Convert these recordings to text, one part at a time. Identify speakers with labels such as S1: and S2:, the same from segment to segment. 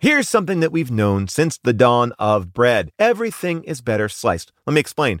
S1: Here's something that we've known since the dawn of bread everything is better sliced. Let me explain.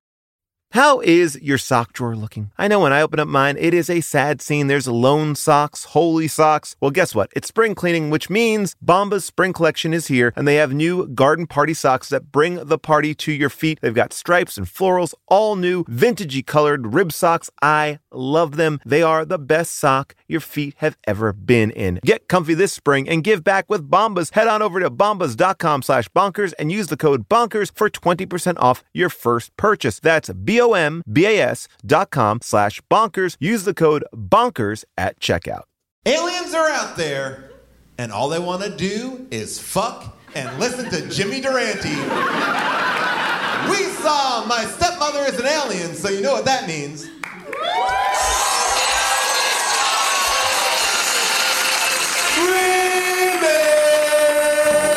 S1: How is your sock drawer looking? I know when I open up mine, it is a sad scene. There's lone socks, holy socks. Well, guess what? It's spring cleaning, which means Bomba's spring collection is here, and they have new garden party socks that bring the party to your feet. They've got stripes and florals, all new, vintagey colored rib socks. I love them. They are the best sock your feet have ever been in. Get comfy this spring and give back with Bombas. Head on over to bombas.com slash bonkers and use the code bonkers for 20% off your first purchase. That's B-O-M-B-A-S dot com slash bonkers. Use the code bonkers at checkout.
S2: Aliens are out there, and all they want to do is fuck and listen to Jimmy Durante. We saw my stepmother is an alien, so you know what that means.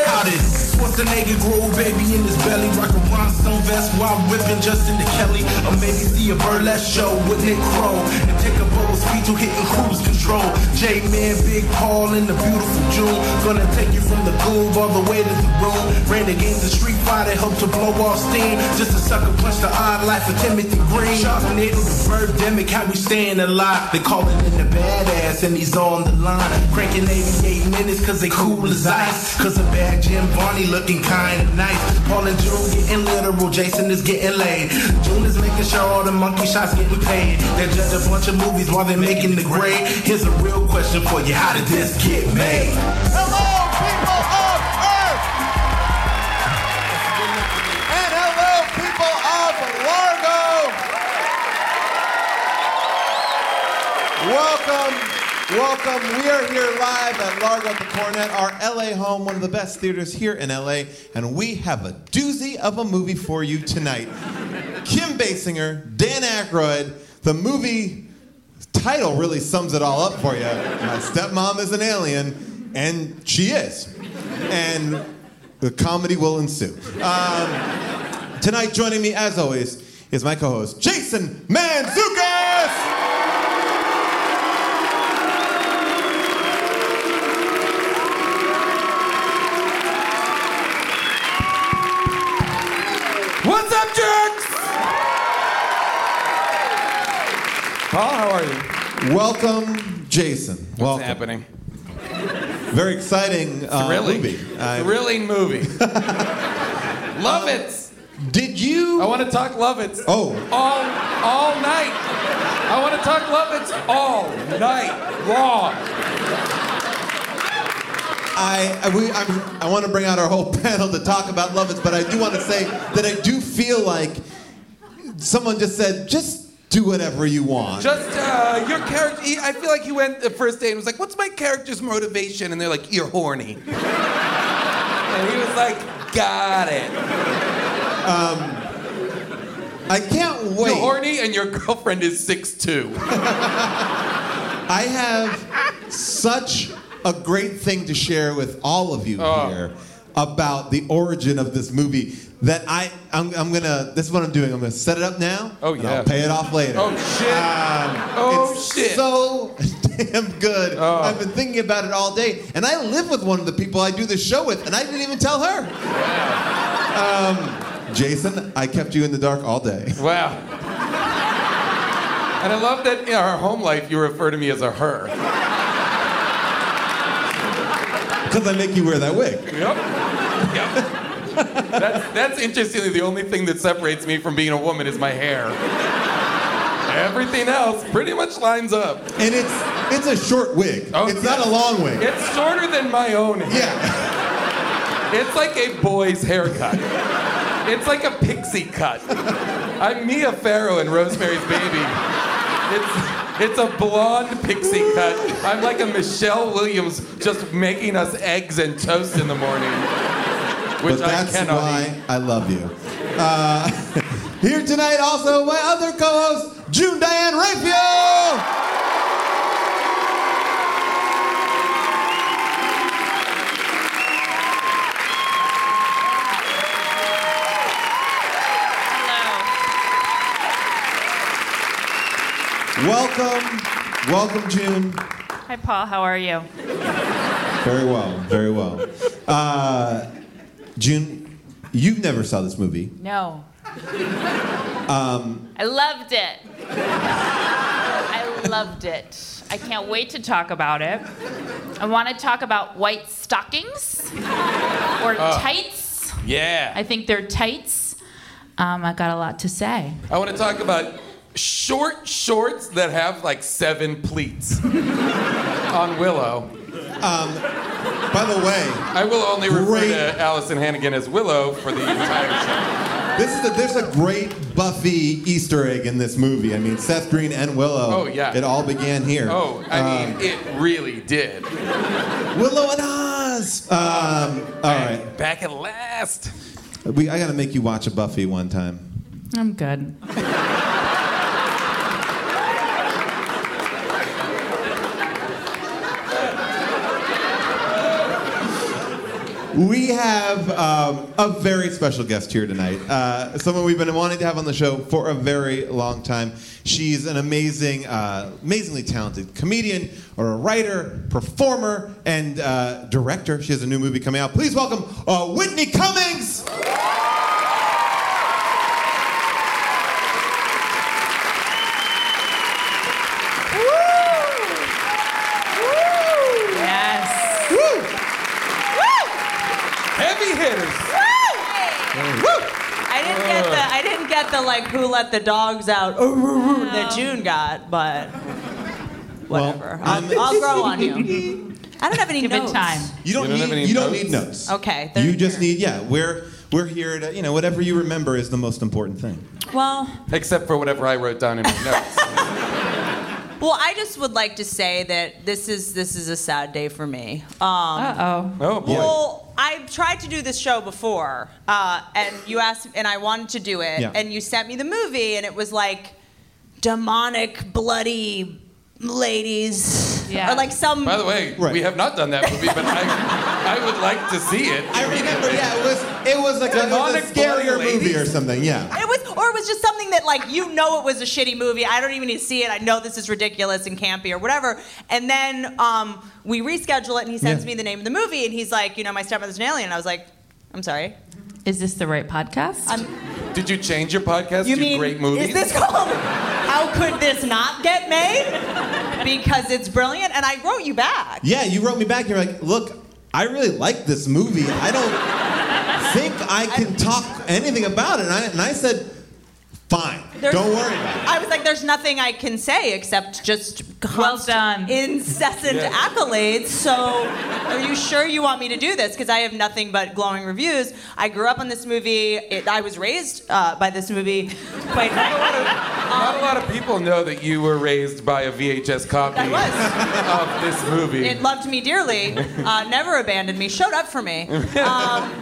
S3: How did Schwarzenegger grow a baby in his belly? Rock a rhinestone vest while whipping Justin to Kelly. Or maybe see a burlesque show with Nick Crow. And take a bold speed to hitting cruise control. J-Man, Big Paul, and the beautiful June. Gonna take you from the groove all the way to the room. Ran the games of Street Fighter, helped to blow off steam. Just a sucker punch the odd life of Timothy Green. Sharknado, the birdemic, how we staying alive. They calling in the badass, and he's on the line. Cranking 88 minutes, cause they cool as ice. Cause a bad Jim Barney looking kinda nice. Paul and June getting literal, Jason is getting laid. June is making sure all the monkey shots getting paid. They judge a bunch of movies while they're making the grade. Here's a real question for you how did this get made?
S2: Hello, people of Earth! And hello, people of Largo! Welcome, welcome. We are here live at Largo at the Cornet, our LA home, one of the best theaters here in LA, and we have a doozy of a movie for you tonight. Kim Basinger, Dan Aykroyd, the movie title really sums it all up for you. My stepmom is an alien, and she is. And the comedy will ensue. Um, tonight, joining me, as always, is my co host, Jason Manzukas!
S4: What's up, jerks? Paul, how are you?
S2: Welcome, Jason.
S4: What's
S2: Welcome.
S4: happening?
S2: Very exciting uh,
S4: Thrilling.
S2: movie. I-
S4: Thrilling movie. love it.
S2: Did you?
S4: I want to talk love it.
S2: Oh.
S4: All, all night. I want to talk love it all night long.
S2: I, I, we, I'm, I want to bring out our whole panel to talk about Lovitz, but I do want to say that I do feel like someone just said, just do whatever you want.
S4: Just uh, your character. He, I feel like he went the first day and was like, "What's my character's motivation?" And they're like, "You're horny." and he was like, "Got it.
S2: Um, I can't wait.
S4: You're horny, and your girlfriend is 6'2".
S2: I have such a great thing to share with all of you
S4: Oh.
S2: here about the origin of this movie that I, I'm, I'm going to, this is what I'm doing. I'm going to set it up now.
S4: Oh,
S2: and
S4: yeah.
S2: I'll pay it off later. Um,
S4: Oh shit. oh
S2: it's
S4: shit. Oh.
S2: so damn good. I've been thinking about it all day, and I live with one of the people I do this show with, and I didn't even tell her. um, Jason, I kept you in the dark all day.
S4: Wow. And I love that in our home life you refer to me as a her.
S2: Because I make you wear that wig.
S4: Yep. Yep. That's, that's interestingly the only thing that separates me from being a woman is my hair. Everything else pretty much lines up.
S2: And it's it's a short wig.
S4: Oh,
S2: it's not a long wig.
S4: It's shorter than my own. hair.
S2: Yeah.
S4: It's like a boy's haircut. It's like a pixie cut. I'm Mia Farrow in Rosemary's Baby. It's, it's a blonde pixie cut. I'm like a Michelle Williams just making us eggs and toast in the morning, which
S2: But
S4: I
S2: that's
S4: cannot eat.
S2: why I love you. Uh, here tonight, also my other co-host, June Diane Rapio. Welcome, welcome, June.
S5: Hi, Paul. How are you?
S2: Very well, very well. Uh, June, you never saw this movie.
S5: No.
S2: Um,
S5: I loved it. I loved it. I can't wait to talk about it. I want to talk about white stockings or tights.
S4: Uh, Yeah.
S5: I think they're tights. Um, I got a lot to say.
S4: I want to talk about short shorts that have like seven pleats on Willow.
S2: Um, By the way,
S4: I will only refer
S2: Great.
S4: to Allison Hannigan as Willow for the entire show.
S2: this is a, there's a great Buffy Easter egg in this movie. I mean, Seth Green and Willow.
S4: Oh, yeah.
S2: It all began here.
S4: Oh, I mean, it really did.
S2: Um, Willow and Oz. Um, all right,
S4: Back at last.
S2: we, I gotta make you watch a Buffy one time.
S5: I'm good.
S2: We have um, a very special guest here tonight. Uh, someone we've been wanting to have on the show for a very long time. She's an amazing, uh, amazingly talented comedian or a writer, performer, and uh, director. She has a new movie coming out. Please welcome uh, Whitney Cummings.
S5: Yes.
S2: Woo!
S4: Heavy hitters.
S6: I didn't get the I didn't get the like who let the dogs out oh, that June got, but whatever.
S2: I'm-
S6: I'll, I'll grow on you. I don't have any
S5: Give it
S6: notes.
S5: time.
S2: You don't,
S4: You don't have
S2: need,
S4: any
S2: you don't
S4: notes?
S2: need notes.
S6: Okay, they're
S2: You just
S6: here.
S2: need yeah. We're we're here to you know whatever you remember is the most important thing.
S6: Well,
S4: Except for whatever I wrote down in my notes.
S6: well, I just would like to say that this is this is a sad day for me. Um,
S5: Uh oh.
S4: Oh, boy.
S6: Well, I tried to do this show before, uh, and you asked, and I wanted to do it,
S2: Yeah.
S6: and you sent me the movie, and it was like demonic, bloody ladies,
S5: Yeah.
S6: or like some.
S4: By the way,
S2: Right.
S4: we have not done that movie, but I, I would like to see it.
S2: I remember yeah. It was it was like a, it was a
S4: Demonic
S2: scarier
S4: Bloody
S2: movie or
S4: Ladies?
S2: something yeah.
S6: It was, or it was just something that like you know it was a shitty movie. I don't even need to see it. I know this is ridiculous and campy or whatever. And then um, we reschedule it, and he sends
S2: Yeah.
S6: me the name of the movie, and he's like, you know, my stepmother's an alien. And I was like, I'm sorry.
S5: Is this the right podcast?
S4: Did you change your podcast
S6: You
S4: to
S6: mean
S4: great movies?
S6: is this called? How could this not get made? Because it's brilliant, and I wrote you back.
S2: Yeah, you wrote me back. You're like, look, I really like this movie. I don't think I can talk anything about it. And I, and I said, fine,
S6: There's-
S2: don't worry about it.
S6: I was like, "There's nothing I can say except just
S5: Well
S6: const-
S5: done.
S6: incessant
S4: Yeah.
S6: accolades." So, are you sure you want me to do this? Because I have nothing but glowing reviews. I grew up on this movie. It, I was raised uh, by this movie. Quite Um,
S4: Not a lot of people know that you were raised by a VHS copy
S6: I was.
S4: of this movie.
S6: It loved me dearly, uh, never abandoned me, showed up for me. Um,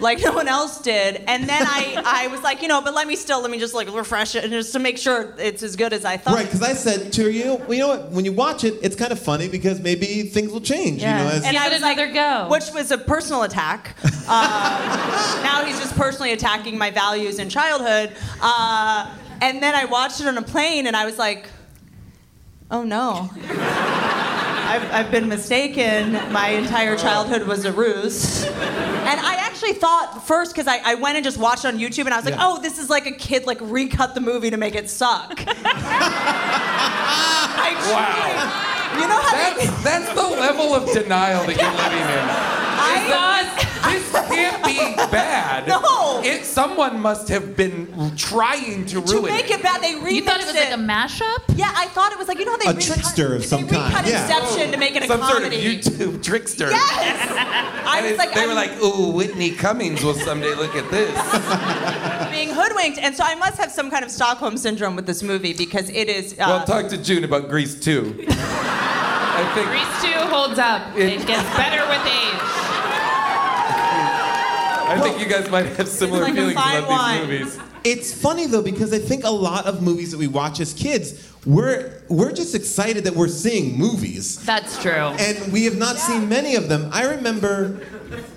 S6: like no one else did. And then I, I was like, you know, but let me still, let me just like refresh it and just to make sure it's as good as I thought.
S2: Right, because I said to her, you, know, you know what? When you watch it, it's kind of funny because maybe things will change.
S5: Yeah.
S2: You know, as,
S6: and
S5: Give
S6: I
S5: it
S6: was
S5: another
S6: like,
S5: go.
S6: which was a personal attack. Uh, now he's just personally attacking my values in childhood. Uh, and then I watched it on a plane, and I was like, oh no. I've, I've been mistaken. My entire childhood was a ruse. And I actually thought first, because I, I went and just watched it on YouTube, and I was like,
S2: Yeah.
S6: oh, this is like a kid, like, recut the movie to make it suck. like,
S4: Wow.
S6: you know how they-
S4: That's, that's the level of denial that you're living in.
S6: I
S4: This can't be bad.
S6: No.
S4: It, someone must have been trying to
S6: to
S4: ruin
S6: make it bad, they remixed
S5: You thought it was like a mashup?
S6: Yeah, I thought it was like you know how they
S2: A
S6: recut-
S2: trickster of some
S6: they recut
S2: kind, yeah.
S6: Inception to make it a
S4: Some sort of
S6: comedy.
S4: YouTube trickster.
S6: Yes. I
S4: And
S6: was
S4: it-
S6: like,
S4: they were
S6: I'm
S4: like, ooh, Whitney Cummings will someday look at this.
S6: being hoodwinked, and so I must have some kind of Stockholm syndrome with this movie because it is. Uh,
S4: well, talk to June about Grease too. I think
S5: Grease 2 holds up. It gets better with age.
S4: I think you guys might have similar
S6: like a
S4: feelings
S6: fine
S4: about
S6: wine.
S4: these movies.
S2: It's funny though because I think a lot of movies that we watch as kids, we're we're just excited that we're seeing movies,
S5: That's true.
S2: and we have not seen many of them. I remember,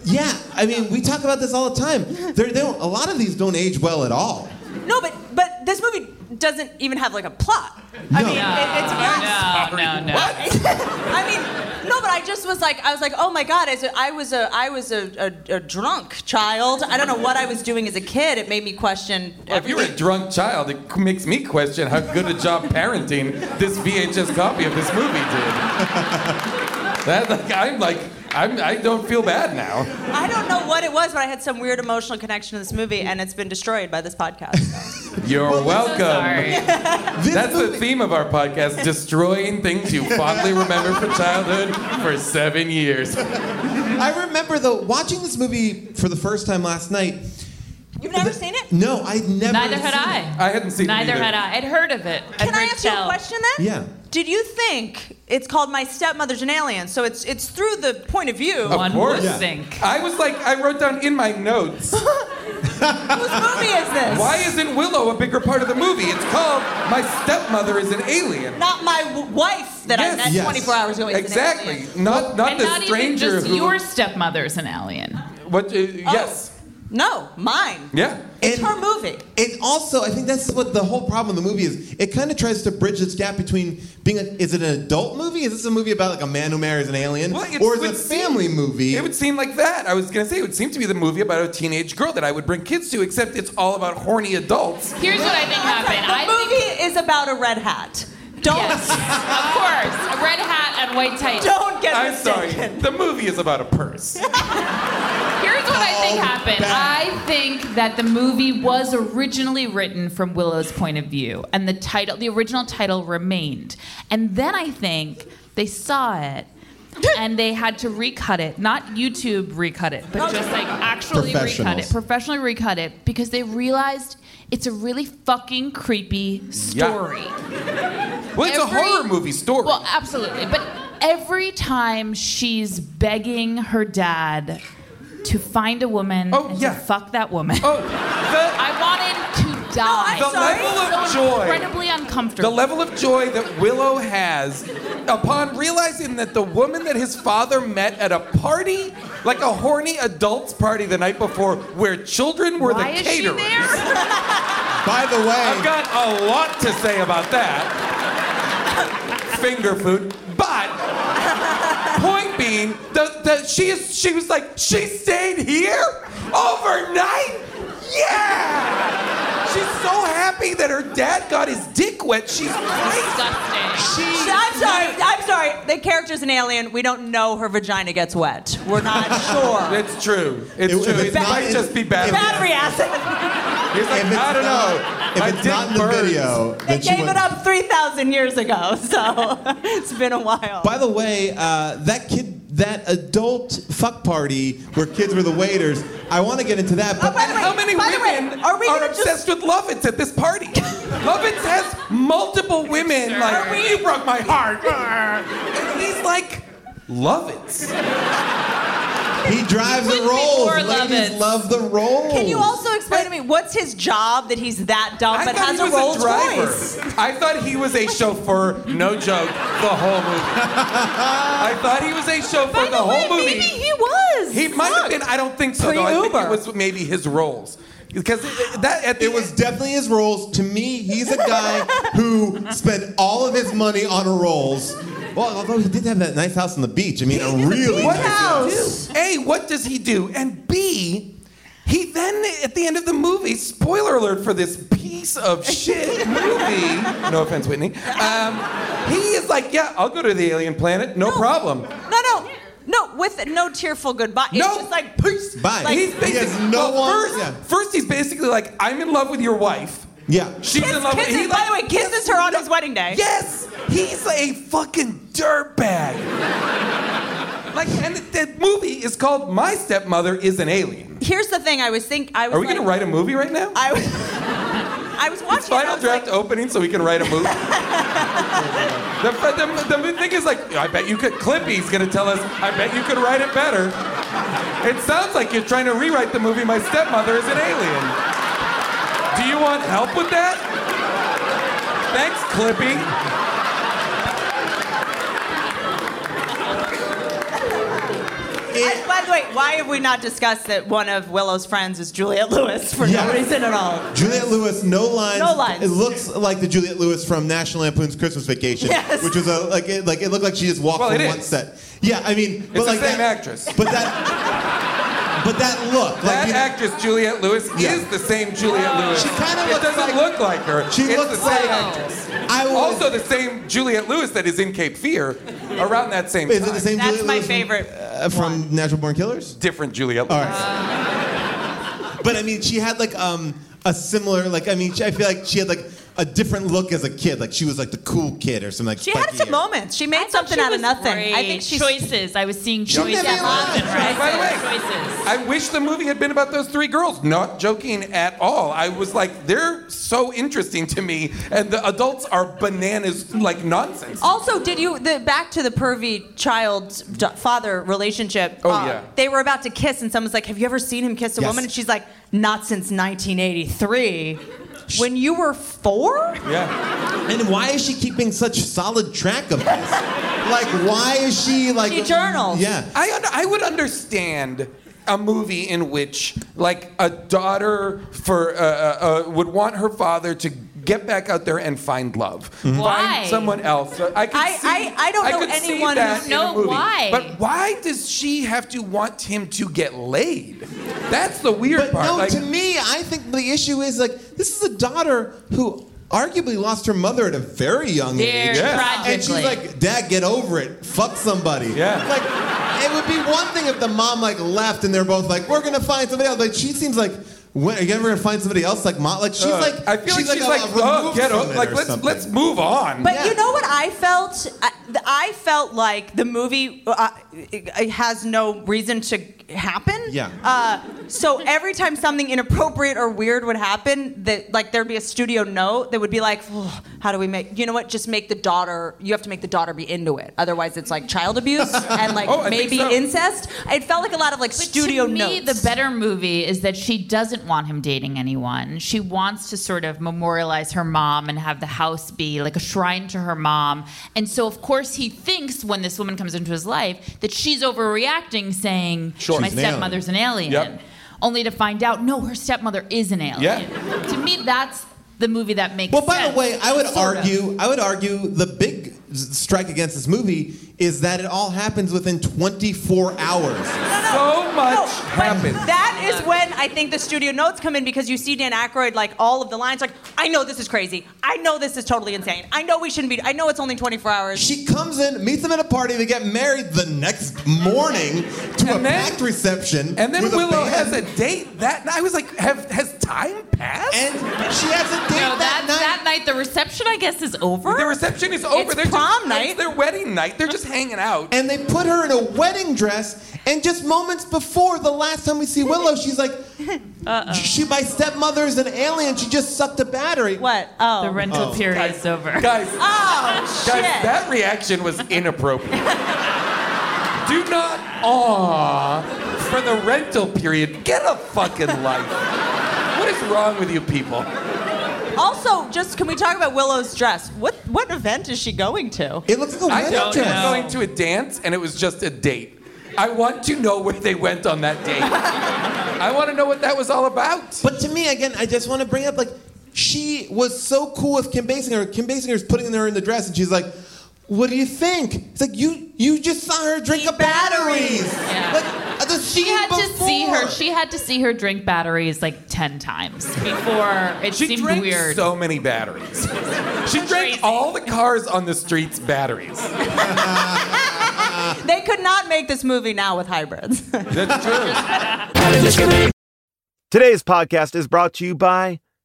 S2: yeah, I mean we talk about this all the time. There, they don't, a lot of these don't age well at all.
S6: no, but but this movie doesn't even have like a plot. I
S2: No.
S6: mean, it, it's not.
S5: No, no, no.
S6: I mean, no, but I just was like, I was like, oh my god, I was a, I was a, I was a, a, a drunk child. I don't know what I was doing as a kid. It made me question.
S4: Well, if you're a
S6: everything.
S4: drunk child, it c- makes me question how good a job parenting this VHS copy of this movie did. That, like, I'm like, I'm, I don't feel bad now.
S6: I don't know what it was, but I had some weird emotional connection to this movie, and it's been destroyed by this podcast.
S4: You're welcome.
S5: Sorry.
S2: This
S4: That's the
S2: movie-
S4: theme of our podcast destroying things you fondly remember from childhood for seven years.
S2: I remember though watching this movie for the first time last night.
S6: You've never seen it?
S2: No, I'd never.
S5: Neither had
S2: seen it.
S5: I.
S4: I hadn't seen it
S5: Neither
S4: either.
S5: had I. I'd heard of it. I'd
S6: Can I
S5: heard
S6: ask you
S5: tell.
S6: a question then?
S2: Yeah.
S6: Did you think it's called My Stepmother's an Alien? So it's it's through the point of view.
S4: Of
S5: One
S4: course.
S5: would
S4: Yeah.
S5: think.
S4: I was like, I wrote down in my notes,
S6: Whose movie is this?
S4: why isn't Willow a bigger part of the movie? It's called My Stepmother is an Alien.
S6: Not my w- wife that
S4: Yes.
S6: I met
S2: Yes.
S6: 24 hours ago. is an
S4: Exactly.
S6: alien.
S4: Not not
S5: And
S4: the
S5: not even
S4: stranger
S5: just
S4: who
S5: your stepmother's an alien.
S4: What? Uh, Yes.
S6: No, mine.
S4: Yeah.
S6: Oh, It's
S2: And-
S6: her movie.
S2: And also, I think that's what the whole problem of the movie is. It kind of tries to bridge this gap between being a, is it an adult movie? Is this a movie about like a man who marries an alien?
S4: Well, it
S2: or is it a
S4: would seem-
S2: family movie?
S4: It would seem like that. I was gonna say it would seem to be the movie about a teenage girl that I would bring kids to, except it's all about horny adults.
S5: Here's what I think happened.
S6: the
S5: I think
S6: movie is about a red hat. Don't
S5: yes, of course, a red hat and white tights.
S6: don't get
S4: I'm sorry.
S6: mistaken.
S4: The movie is about a purse.
S5: Here's what I think
S2: Called
S5: happened.
S2: back.
S5: I think that the movie was originally written from Willow's point of view, and the title, the original title, remained. And then I think they saw it. and they had to recut it, not YouTube recut it, but just like actually recut
S2: Professionals.
S5: it, professionally recut it, because they realized it's a really fucking creepy story.
S4: Well, it's
S5: Every-
S4: a horror movie story.
S5: Well, absolutely. But every time she's begging her dad to find a woman
S4: Oh,
S5: and
S4: yeah.
S5: to fuck that woman,
S4: oh,
S5: I wanted to die.
S4: the, the
S6: sorry.
S4: level of
S5: so
S4: joy.
S5: incredibly uncomfortable.
S4: The level of joy that Willow has upon realizing that the woman that his father met at a party, like a horny adults party the night before, where children were
S5: Why
S4: the
S5: is
S4: caterers.
S5: she there?
S2: By the
S4: I've
S2: way,
S4: got a lot to say about that. Finger food. But point being, the, the, she is she was like, she stayed here overnight? Yeah! She's so happy that her dad got his dick wet. She's crazy.
S5: Disgusting.
S6: I'm sorry. I'm sorry. The character's an alien. We don't know her vagina gets wet. We're not sure.
S4: It's true. It's
S2: If- if
S4: true.
S2: it's
S4: It
S2: not
S4: might
S2: in-
S4: just be bad.
S6: Battery acid.
S4: He's like,
S2: if it's
S4: I don't
S2: not,
S4: know.
S2: if
S4: My
S2: it's
S4: dick
S2: not in the
S4: burns."
S2: video,
S6: They
S2: then she
S6: gave
S2: went-
S6: it up 3,000 years ago, so it's been a while.
S2: By the way, uh, that kid, that adult fuck party where kids were the waiters. I want to get into that, but
S6: Oh, by the way-
S4: How many
S6: by the way,
S4: women
S6: are we gonna
S4: obsessed with Lovitz at this party? Lovitz has multiple women. Like, you broke my heart. And he's like, Lovitz.
S2: he drives
S5: Couldn't
S2: the
S5: be
S2: roles.
S5: more
S2: Ladies
S5: Lovitz.
S2: love the roles.
S6: Can you also explain to me what's his job that he's that dumb
S4: oh. I
S6: but
S4: thought
S6: has
S4: he was
S6: a Rolls
S4: a driver.
S6: Royce?
S4: I thought he was a chauffeur. No joke. The whole movie. I thought he was a chauffeur
S6: By
S4: the,
S6: the,
S4: whole
S6: way,
S4: movie.
S6: maybe he was.
S4: He might have been. I don't think so. Though. I think it
S6: Pre-Uber.
S4: was maybe his roles. Because that at the
S2: It was definitely his roles. To me, he's a guy who spent all of his money on rolls. Well, although he did have that nice house on the beach. I mean, a really
S4: What
S2: nice
S4: does he do? A, what does he do? And B, he then at the end of the movie, spoiler alert for this piece of shit movie. No offense, Whitney. Um, He is like, yeah, I'll go to the alien planet, no,
S6: No.
S4: problem.
S6: No, no, no. With no tearful goodbye. It's
S4: No.
S6: just like peace.
S2: Bye.
S6: Like,
S4: he's basically
S2: He has no
S4: well,
S2: one-
S4: first,
S2: yeah.
S4: first he's basically like, I'm in love with your wife.
S2: Yeah.
S4: She's
S6: Kiss-
S4: in love with
S6: kisses-
S4: he
S6: by
S4: like-
S6: the way, kisses her on his wedding day.
S4: Yes, he's a fucking dirtbag. like, and the, the movie is called My Stepmother Is an Alien.
S6: Here's the thing. I was think. I was.
S4: Are we
S6: like,
S4: gonna write a movie right now?
S6: I was. I was watching.
S4: It's
S6: it, I
S4: final
S6: was
S4: draft
S6: like,
S4: opening so we can write a movie. the, the, the, the thing is like, I bet you could, Clippy's gonna tell us, I bet you could write it better. It sounds like you're trying to rewrite the movie My Stepmother is an Alien. Do you want help with that? Thanks, Clippy.
S6: I- by the way, why have we not discussed that one of Willow's friends is Juliet Lewis for
S2: Yeah.
S6: no reason at all?
S2: Juliette Lewis, no lines.
S6: No lines.
S2: It looks like the Juliette Lewis from National Lampoon's Christmas Vacation,
S6: Yes.
S2: which was a like it, like it looked like she just walked
S4: Well,
S2: from
S4: it
S2: one
S4: is.
S2: set. Yeah, I mean, but
S4: the
S2: like
S4: same
S2: that,
S4: actress.
S2: But that, but that look, like
S4: That
S2: you know,
S4: actress Juliette Lewis
S2: Yeah.
S4: is the same Juliette Lewis.
S2: She kinda
S4: It
S2: looks
S4: doesn't
S2: like-
S4: look like her.
S2: she
S4: it's
S2: looks
S4: the same
S2: like
S4: actress.
S2: I will,
S4: Also, the same Juliette Lewis that is in Cape Fear around that same
S2: is
S4: time.
S2: it the same?
S6: That's
S2: Juliette
S6: my
S2: Lewis from-
S6: favorite.
S2: uh, from Natural Born Killers.
S4: Different Juliette
S2: All
S4: Lewis.
S2: right. but I mean, she had like um a similar like I mean, she, I feel like she had like a different look as a kid. Like she was like the cool kid or something like.
S6: She had
S2: spiky
S6: some
S2: hair.
S6: moments. She
S5: I
S6: made
S5: thought
S6: something
S5: she
S6: out of
S5: was
S6: nothing. I
S5: great.
S6: think she's.
S5: choices. I was seeing choices.
S2: never
S5: left and right.
S4: By the way,
S5: choices.
S4: I wish the movie had been about those three girls. Not joking at all. I was like, they're so interesting to me, and the adults are bananas, like nonsense.
S6: Also, did you the back to the pervy child d- father relationship? uh,
S4: Oh, yeah.
S6: They were about to kiss, and someone's like, "Have you ever seen him kiss a
S2: Yes.
S6: woman?" And she's like, "Not since 1983." When you were four?
S4: Yeah.
S2: And why is she keeping such solid track of this? like, why is she like?
S6: She journals.
S2: Yeah.
S4: I under, I would understand a movie in which like a daughter for uh, uh, uh, would want her father to get back out there and find love.
S5: Why?
S4: Find someone else. I could
S6: Mm-hmm. I-
S4: see,
S6: I- I don't know
S4: could see
S6: anyone
S4: that
S6: who-
S4: in a
S5: No,
S4: movie.
S5: why?
S4: But why does she have to want him to get laid? That's the weird
S2: But
S4: part.
S2: no,
S4: Like,
S2: to me, I think the issue is like this is a daughter who arguably lost her mother at a very young
S5: Very
S2: age.
S5: Yeah.
S2: And she's
S5: tragically.
S2: like, Dad, get over it. Fuck somebody.
S4: Yeah.
S2: Like, it would be one thing if the mom like left and they're both like, we're gonna find somebody else. Like she seems like when are you ever gonna find somebody else like mom? Like she's
S4: Uh,
S2: like
S4: I feel
S2: she's
S4: like she's
S2: a-
S4: like,
S2: a
S4: oh,
S2: removed
S4: get
S2: from
S4: o-
S2: it
S4: like
S2: or
S4: let's
S2: something.
S4: let's move on.
S6: But
S2: Yeah.
S6: you know what I felt? I, th- I felt like the movie uh, it- it has no reason to happen.
S2: Yeah.
S6: Uh, so every time something inappropriate or weird would happen, that like there'd be a studio note that would be like, "Ugh, "How do we make? You know what? Just make the daughter. You have to make the daughter be into it. Otherwise, it's like child abuse and like
S4: Oh, I think
S6: maybe
S4: so.
S6: incest. It felt like a lot of like
S5: But
S6: studio
S5: to me,
S6: notes.
S5: the better movie is that she doesn't want him dating anyone. She wants to sort of memorialize her mom and have the house be like a shrine to her mom. And so, of course, he thinks when this woman comes into his life that she's overreacting, saying,
S2: Sure.
S5: "My
S2: She's an alien."
S5: stepmother's an alien,"
S4: Yep.
S5: only to find out, no, her stepmother is an alien.
S4: Yeah.
S5: To me, that's the movie that makes.
S2: Well, by
S5: sense,
S2: the way, I would
S5: sort of.
S2: argue, I would argue the big s- strike against this movie is that it all happens within 24 hours.
S4: so much
S6: No, but
S4: happens.
S6: that is when I think the studio notes come in because you see Dan Aykroyd like all of the lines like I know this is crazy. I know this is totally insane. I know we shouldn't be. I know it's only 24 hours.
S2: She comes in, meets him at a party, they get married the next morning to a
S4: And then-
S2: packed reception.
S4: and then
S2: with a
S4: Willow
S2: band.
S4: has a date that night. I was like, have, has time passed?
S2: and she has a date
S5: No,
S2: that,
S5: that,
S2: night.
S5: that night the reception, I guess, is over.
S4: the reception is over.
S6: It's
S4: They're just-
S6: prom night.
S4: It's their wedding night. They're just hanging out.
S2: and they put her in a wedding dress. And just moments before the last time we see Willow, she's like, "She, my stepmother's an alien. She just sucked a battery."
S6: What? Oh.
S5: the rental period is over.
S4: Guys,
S6: Oh
S4: guys,
S6: shit.
S4: that reaction was inappropriate. Do not aw for the rental period. Get a fucking life. What is wrong with you people?
S6: also, just can we talk about Willow's dress? What what event is she going to?
S2: It looks like a
S4: I
S2: wedding
S4: thought they were
S2: dress.
S4: going to a dance and it was just a date. I want to know where they went on that date. I want to know what that was all about.
S2: But to me, again, I just want to bring up like she was so cool with Kim Basinger. Kim Basinger's putting her in the dress, and she's like, "What do you think?" It's like you you just saw her drink a batteries.
S5: Yeah.
S2: Like At the scene
S5: She had
S2: before.
S5: to see her. She had to see her drink batteries like ten times before it
S4: She
S5: seemed
S4: drank
S5: weird.
S4: so many batteries. she drank
S5: Crazy.
S4: all the cars on the streets batteries.
S6: They could not make this movie now with hybrids.
S4: That's true.
S1: Today's podcast is brought to you by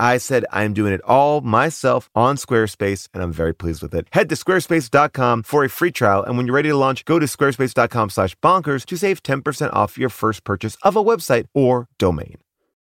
S1: I said I'm doing it all myself on Squarespace, and I'm very pleased with it. Head to squarespace.com for a free trial, and when you're ready to launch, go to squarespace.com slash bonkers to save 10% off your first purchase of a website or domain.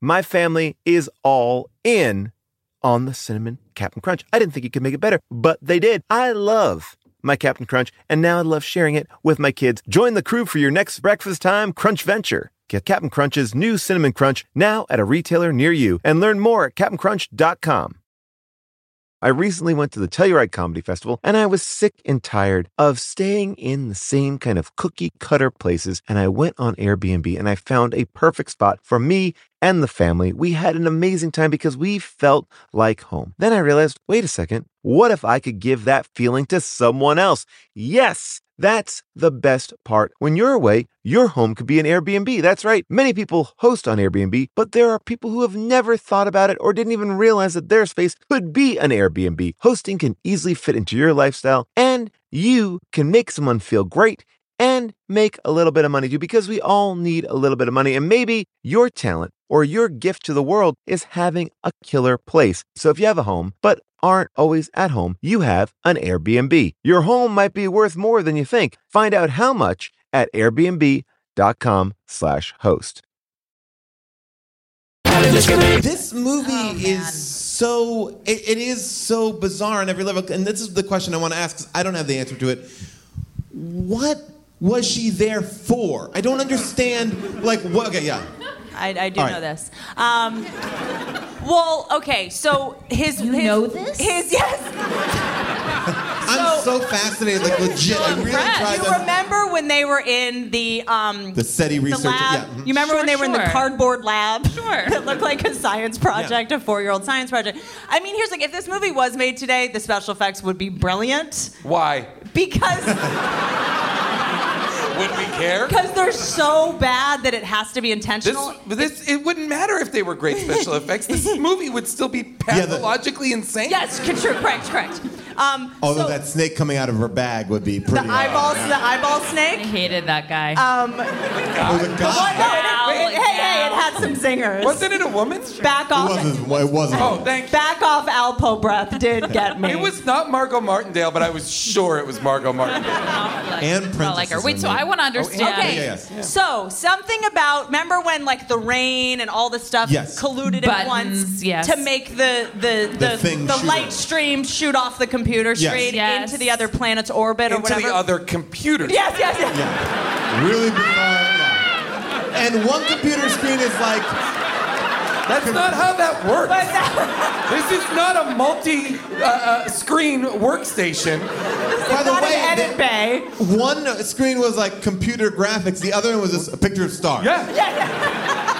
S1: my family is all in on the cinnamon Captain Crunch. I didn't think you could make it better, but they did. I love my Captain Crunch, and now I love sharing it with my kids. Join the crew for your next breakfast time crunch venture. Get Captain Crunch's new cinnamon crunch now at a retailer near you, and learn more at CaptainCrunch.com. I recently went to the Telluride Comedy Festival and I was sick and tired of staying in the same kind of cookie cutter places. And I went on Airbnb and I found a perfect spot for me and the family. We had an amazing time because we felt like home. Then I realized wait a second, what if I could give that feeling to someone else? Yes! That's the best part. When you're away, your home could be an Airbnb. That's right. Many people host on Airbnb, but there are people who have never thought about it or didn't even realize that their space could be an Airbnb. Hosting can easily fit into your lifestyle, and you can make someone feel great and make a little bit of money too, because we all need a little bit of money. And maybe your talent or your gift to the world is having a killer place. So if you have a home, but aren't always at home, you have an Airbnb. Your home might be worth more than you think. Find out how much at airbnb.com slash host.
S2: This movie
S6: Oh,
S2: is so it, it is so bizarre on every level, and this is the question I want to ask because I don't have the answer to it. What was she there for? I don't understand. Like what? Okay, yeah.
S6: I, I do
S2: All right.
S6: know this. Um, well, okay, so his.
S5: You
S6: his,
S5: know this?
S6: His, yes.
S2: I'm so fascinated. Like legit, I really
S5: impressed.
S2: tried
S6: You
S2: to-
S6: remember when they were in the. Um,
S2: the SETI
S6: the
S2: research.
S6: lab.
S2: Yeah. mhm.
S6: You remember when they
S5: Sure,
S6: were in the
S5: sure.
S6: cardboard lab?
S5: Sure.
S6: that looked like a science project, a four-year-old science project. I mean, here's like, if this movie was made today, the special effects would be brilliant
S4: Why?
S6: because
S4: Would we care?
S6: because they're so bad that it has to be
S4: This,
S6: intentional.
S4: this, it wouldn't matter if they were great special effects. This movie would still be
S2: Yeah, the-
S4: pathologically insane.
S6: yes, c- true, correct, correct. Um,
S2: Although
S6: so
S2: that snake coming out of her bag would be
S6: the
S2: pretty.
S6: eyeball, the eyeball
S5: I
S6: snake. Um,
S5: hated that guy.
S2: Oh, the
S6: What? No,
S2: guy.
S6: it-
S5: Ow,
S6: it- hey, hey, it
S5: ow.
S6: had some zingers.
S4: Wasn't it a woman?
S6: Back
S2: It
S6: off.
S2: wasn't. It wasn't.
S4: Oh, thank you.
S6: Back off, Alpo breath did get me.
S4: It was not Margot Martindale, but I was sure it was Margot Martindale. Oh,
S2: and
S5: I don't like her.
S2: princesses
S5: Wait,
S2: in
S5: so
S2: there.
S5: I want to understand.
S6: Okay.
S2: Yeah, yes.
S6: So something about remember when like the rain and all the stuff
S2: Yes.
S6: colluded
S5: Buttons,
S6: at once
S5: yes.
S6: to make the the the,
S2: thing shoot
S6: light
S2: off.
S6: stream shoot off the computer
S2: Yes.
S6: stream
S5: Yes.
S6: into the other planet's orbit or
S4: Into
S6: whatever.
S4: the other computer.
S6: Yes, yes, yes.
S2: Yeah. Really bizarre. yeah. And one computer screen is like,
S4: That's not how that works.
S6: But that-
S4: This is not a multi uh, uh, screen workstation.
S2: by the
S6: not
S2: way,
S6: an edit
S2: the-
S6: bay.
S2: one screen was like computer graphics, the other one was just a picture of stars.
S4: Yeah.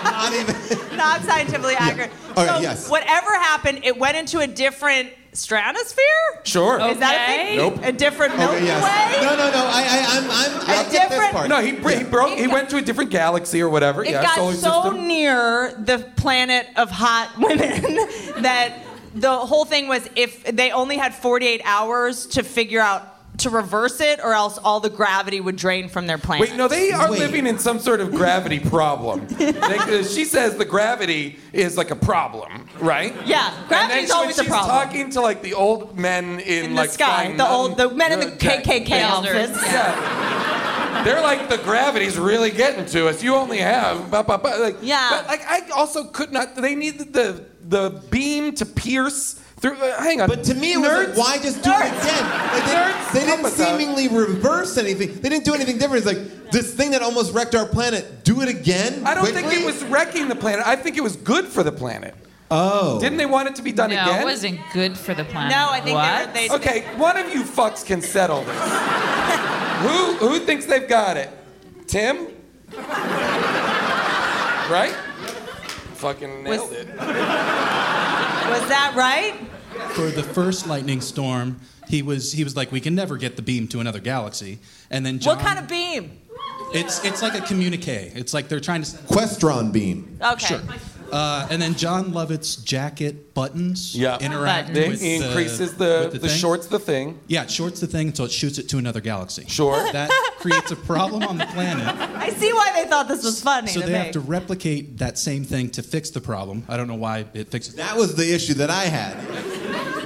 S2: Not even.
S6: not scientifically accurate.
S2: All right,
S6: so
S2: yes.
S6: whatever happened, it went into a different stratosphere.
S4: Sure.
S6: Is that a
S5: Okay.
S6: thing?
S4: Nope.
S6: A different Milky
S2: Okay, yes.
S6: Way.
S2: No, no, no. I, I, I'm, I'm.
S6: A
S2: I'll get this
S6: different-
S2: part.
S4: No, he, br- he
S2: Yeah.
S4: broke. He
S6: It
S4: went to a different galaxy or whatever.
S6: It
S4: yeah,
S6: got
S4: solar
S6: so
S4: system.
S6: near the planet of hot women that the whole thing was if they only had 48 hours to figure out to reverse it, or else all the gravity would drain from their planet.
S4: Wait, no, they are
S2: Wait.
S4: living in some sort of gravity problem. They- uh, she says the gravity is like a problem, right?
S6: Yeah,
S4: And
S6: gravity's
S4: then she- when
S6: always a
S4: she's
S6: problem.
S4: talking to like the old men in,
S6: in the
S4: like
S6: sky,
S4: flying
S6: the old, the
S4: nun-
S6: men in the
S4: uh, jack-
S6: KKK outfits.
S4: Yeah. They're like the gravity's really getting to us. You only have ba, ba, ba, like
S6: Yeah.
S4: But like I also could not. They needed the the beam to pierce through. uh, hang on.
S2: But to me, it was
S4: Nerds?
S2: like, why just do
S4: Nerds.
S2: it again? Like, they,
S4: Nerds.
S2: they didn't
S4: Come with that.
S2: seemingly reverse anything. They didn't do anything different. It's like this thing that almost wrecked our planet. Do it again.
S4: I don't
S2: quickly?
S4: think it was wrecking the planet. I think it was good for the planet.
S2: Oh.
S4: Didn't they want it to be done
S5: No,
S4: again?
S5: it wasn't good for the planet.
S6: No, I think
S5: what?
S6: they, were, they
S4: Okay, one of you fucks can settle this. who who thinks they've got it? Tim? Right? Fucking nailed
S6: Was-
S4: it.
S6: was that right?
S7: for the first lightning storm, he was he was like, we can never get the beam to another galaxy. And then John,
S6: What kind of beam?
S7: It's it's like a communique. It's like they're trying to. Send,
S2: Questron beam.
S6: Okay.
S7: Sure. Uh, and then John Lovett's jacket buttons
S4: Yeah.
S7: interact
S5: Buttons.
S7: with
S4: It
S7: the,
S4: increases the,
S7: with
S4: the,
S7: thing.
S4: shorts the thing.
S7: Yeah, it shorts the thing until it shoots it to another galaxy.
S4: Sure.
S7: That creates a problem on the planet.
S6: I see why they thought this was funny.
S7: So
S6: to
S7: they
S6: me.
S7: have to replicate that same thing to fix the problem. I don't know why it fixes
S2: That was the issue that I had.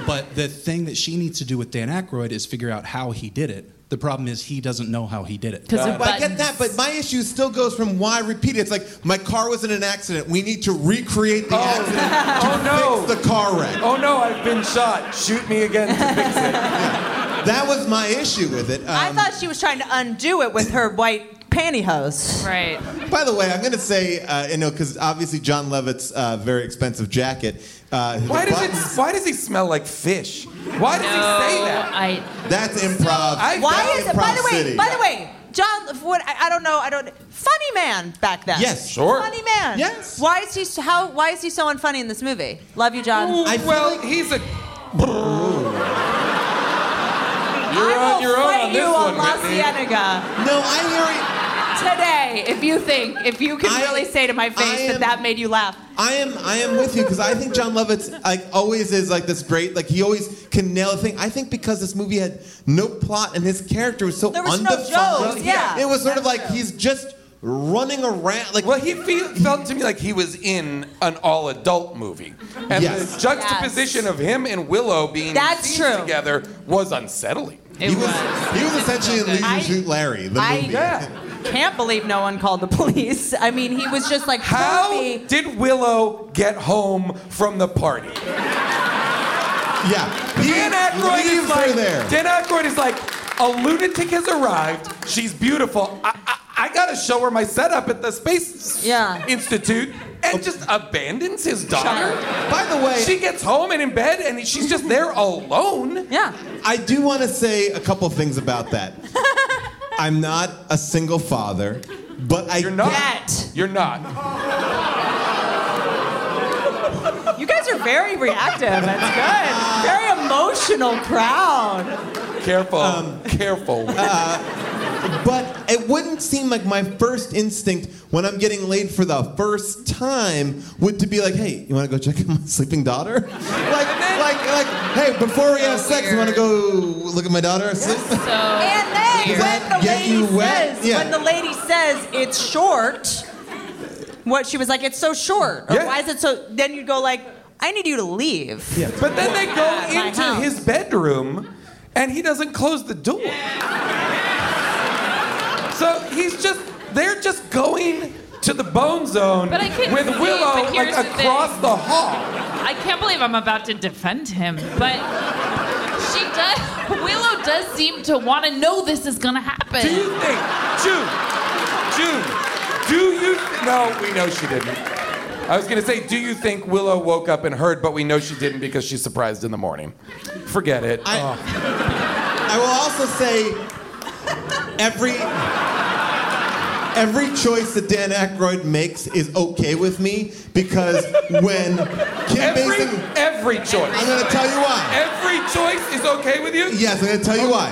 S7: But the thing that she needs to do with Dan Aykroyd is figure out how he did it. The problem is he doesn't know how he did it.
S5: Because
S2: But I get that, but my issue still goes from why repeat it. It's like my car was in an accident. We need to recreate the accident
S4: Oh no!
S2: to fix the car wreck.
S4: Oh no, I've been shot. Shoot me again to fix it.
S2: That was my issue with it.
S6: I
S2: Um,
S6: thought she was trying to undo it with her white pantyhose.
S5: right.
S2: By the way, I'm going to say, uh, you know, because obviously John Lovett's uh, very expensive jacket. Uh,
S4: Why
S2: the
S4: does it
S2: buttons-
S4: why does he smell like fish? Why does he say that?
S5: I
S2: That's improv.
S4: I-
S6: Why
S2: That's
S6: is it? By
S2: improv
S6: the way,
S2: city.
S6: by the way, John, what I, I don't know, I don't. Funny man back then.
S2: Yes.
S4: Sure.
S6: Funny man.
S2: Yes.
S6: Why is he so- how? Why is he so unfunny in this movie? Love you, John.
S4: Ooh,
S2: I feel
S4: well,
S2: like-
S4: he's a.
S6: I
S4: You're
S6: will
S4: on your own
S6: fight
S4: on
S6: you
S4: this
S6: on
S4: one,
S6: La
S4: Whitney.
S6: Cienega
S2: No, I hear it.
S6: today if you think if you can
S2: I-
S6: really say to my
S2: I
S6: face
S2: am-
S6: that that made you laugh.
S2: I am, I am with you because I think John Lovett's like always is like this great. Like he always can nail a thing. I think because this movie had no plot and his character was so
S6: There was no
S2: undefined.
S6: jokes, yeah.
S2: It was sort of
S6: That's
S2: like
S6: true.
S2: he's just running around. Like
S4: Well, he feel, felt to me like he was in an all-adult movie, and
S2: Yes.
S4: the juxtaposition
S6: Yes.
S4: of him and Willow being
S6: That's
S4: seen
S6: true.
S4: together was unsettling.
S5: it
S2: he
S5: was.
S2: was, he was essentially in Leisure
S6: I-
S2: Suit Larry, the
S6: I-
S2: movie.
S4: Yeah.
S6: Can't believe no one called the police. I mean, he was just like
S4: How
S6: prove me.
S4: did Willow get home from the party?
S2: yeah. He
S4: Dan Aykroyd is
S2: leaves her
S4: like,
S2: there.
S4: Dan Aykroyd is like, a lunatic has arrived. She's beautiful. I, I, I gotta show her my setup at the Space
S6: Yeah.
S4: Institute, and just abandons his daughter.
S2: By the way,
S4: She gets home and in bed, and she's just there alone.
S6: Yeah.
S2: I do want to say a couple things about that. I'm not a single father, but I
S4: You're not.
S6: Yet.
S4: You're not.
S6: You guys are very reactive. That's good. Very emotional crowd.
S4: Careful.
S2: Um,
S4: Careful.
S2: Uh, But it wouldn't seem like my first instinct when I'm getting laid for the first time would to be like, hey, you want to go check out my sleeping daughter? like, like, like, hey, before we have sex, you want to go look at my daughter? Sleep?
S5: So
S6: And then
S5: Does
S6: when
S2: that
S6: the
S2: get you
S6: lady
S2: wet?
S6: says,
S2: Yeah.
S6: when the lady says it's short, what she was like, it's so short. Or
S4: Yeah.
S6: why is it so? Then you go like, I need you to leave.
S4: but then they
S6: Yeah, my
S4: go into
S6: house.
S4: his bedroom and he doesn't close the door. so he's just, they're just going to the bone zone
S5: But I can't
S4: with
S5: see,
S4: Willow
S5: but
S4: like
S5: here's the
S4: across
S5: thing.
S4: the hall.
S5: I can't believe I'm about to defend him, but she does. Willow does seem to want to know this is gonna happen.
S4: Do you think, June, June, do you, no, we know she didn't. I was gonna say, do you think Willow woke up and heard, but we know she didn't because she's surprised in the morning? Forget it.
S2: I-
S4: Oh.
S2: I will also say, every. Every choice that Dan Aykroyd makes is okay with me because when Kim
S4: Every,
S2: Basic,
S4: every
S2: I'm
S4: choice.
S2: going to tell you why.
S4: Every choice is okay with you?
S2: Yes, I'm going to tell you why.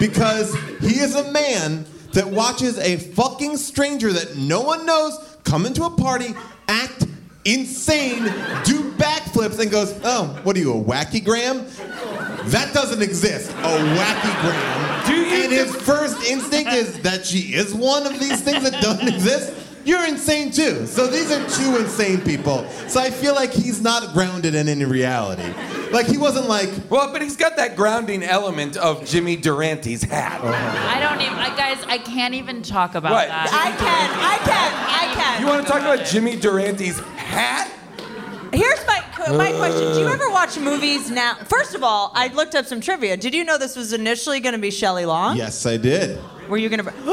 S2: Because he is a man that watches a fucking stranger that no one knows come into a party, act insane, do backflips, and goes, "Oh, what are you, a wacky gram?" That doesn't exist. A wacky gram.
S4: Do you
S2: and his
S4: just-
S2: first instinct is that she is one of these things that doesn't exist. You're insane too. So these are two insane people. So I feel like he's not grounded in any reality. Like he wasn't like,
S4: Well, but he's got that grounding element of Jimmy Durante's hat.
S5: I don't even, I, guys, I can't even talk about
S4: What?
S5: that.
S6: I can, I can, I can.
S4: You want to talk about Jimmy Durante's hat?
S6: Here's my my question.
S2: Uh.
S6: Do you ever watch movies now? First of all, I looked up some trivia. Did you know this was initially going to be Shelley Long?
S2: "Yes, I did."
S6: Were you going to?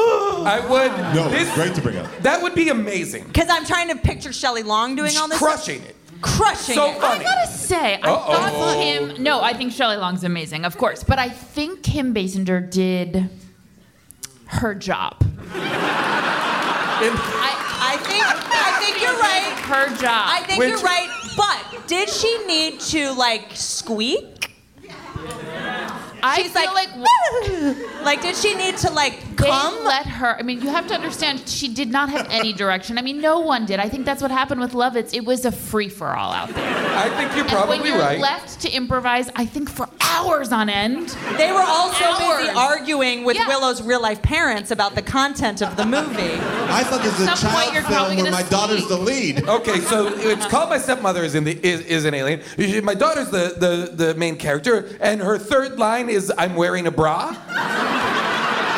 S4: I would.
S2: No,
S4: this,
S2: it's great to bring up.
S4: That would be amazing.
S6: Because I'm trying to picture Shelley Long doing all this.
S4: Crushing it.
S6: Crushing
S4: So
S6: it.
S4: funny.
S5: I gotta say, I
S4: Uh-oh.
S5: thought him. No, I think Shelley Long's amazing, of course, but I think Kim Basinger did her job. I,
S4: And
S6: I think I think you're right.
S5: her job.
S6: I think
S4: Which-
S6: you're right. But did she need to like squeak?
S5: I
S6: She's
S5: feel
S6: like,
S5: like,
S6: Like, did she need to like
S5: they
S6: come?
S5: let her. I mean, you have to understand, she did not have any direction. I mean, no one did. I think that's what happened with Lovitz. It was a free for all out there.
S4: I think you're
S5: and when
S4: probably
S5: you're
S4: right.
S5: left to improvise, I think for hours on end.
S6: They were also busy
S5: Hours.
S6: arguing with
S5: Yeah.
S6: Willow's real life parents about the content of the movie.
S2: I thought this was
S5: At
S2: a
S5: some point,
S2: child
S5: you're
S2: film
S5: probably
S2: where
S5: gonna
S2: my daughter's
S5: sneak.
S2: the lead.
S4: Okay, so it's called My Stepmother is in the is, is an alien. My daughter's the, the the main character, and her third line is I'm wearing a bra.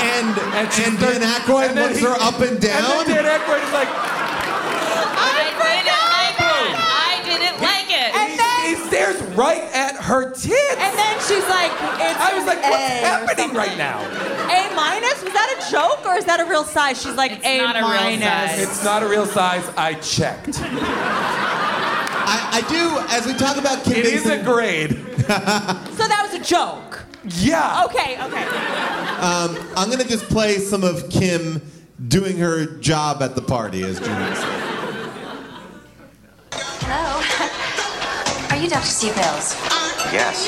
S2: And, and,
S4: she's
S2: Dan
S4: third-
S2: Aykroyd
S4: and then
S2: looks
S4: he-
S2: her up and
S4: And then
S2: down.
S4: Dan Aykroyd is like,
S5: I didn't like it. I didn't like it.
S6: And then-
S4: he stares right at her tits.
S6: And then she's like, it's
S4: I was like,
S6: an A
S4: what's
S6: or
S4: happening
S6: something."
S4: right now?
S6: A minus? Was that a joke or is that a real size? She's like,
S5: It's
S6: A
S5: not a real
S6: minus.
S5: size.
S4: It's not a real size. I checked.
S2: I, I do, as we talk about Kim
S4: It is a
S2: Basinger,
S4: grade.
S6: So that was a joke.
S4: Yeah.
S6: Okay, okay.
S2: Um, I'm going to just play some of Kim doing her job at the party, as Julie said.
S8: Hello. Are you Dr. Steve Mills?
S9: Yes.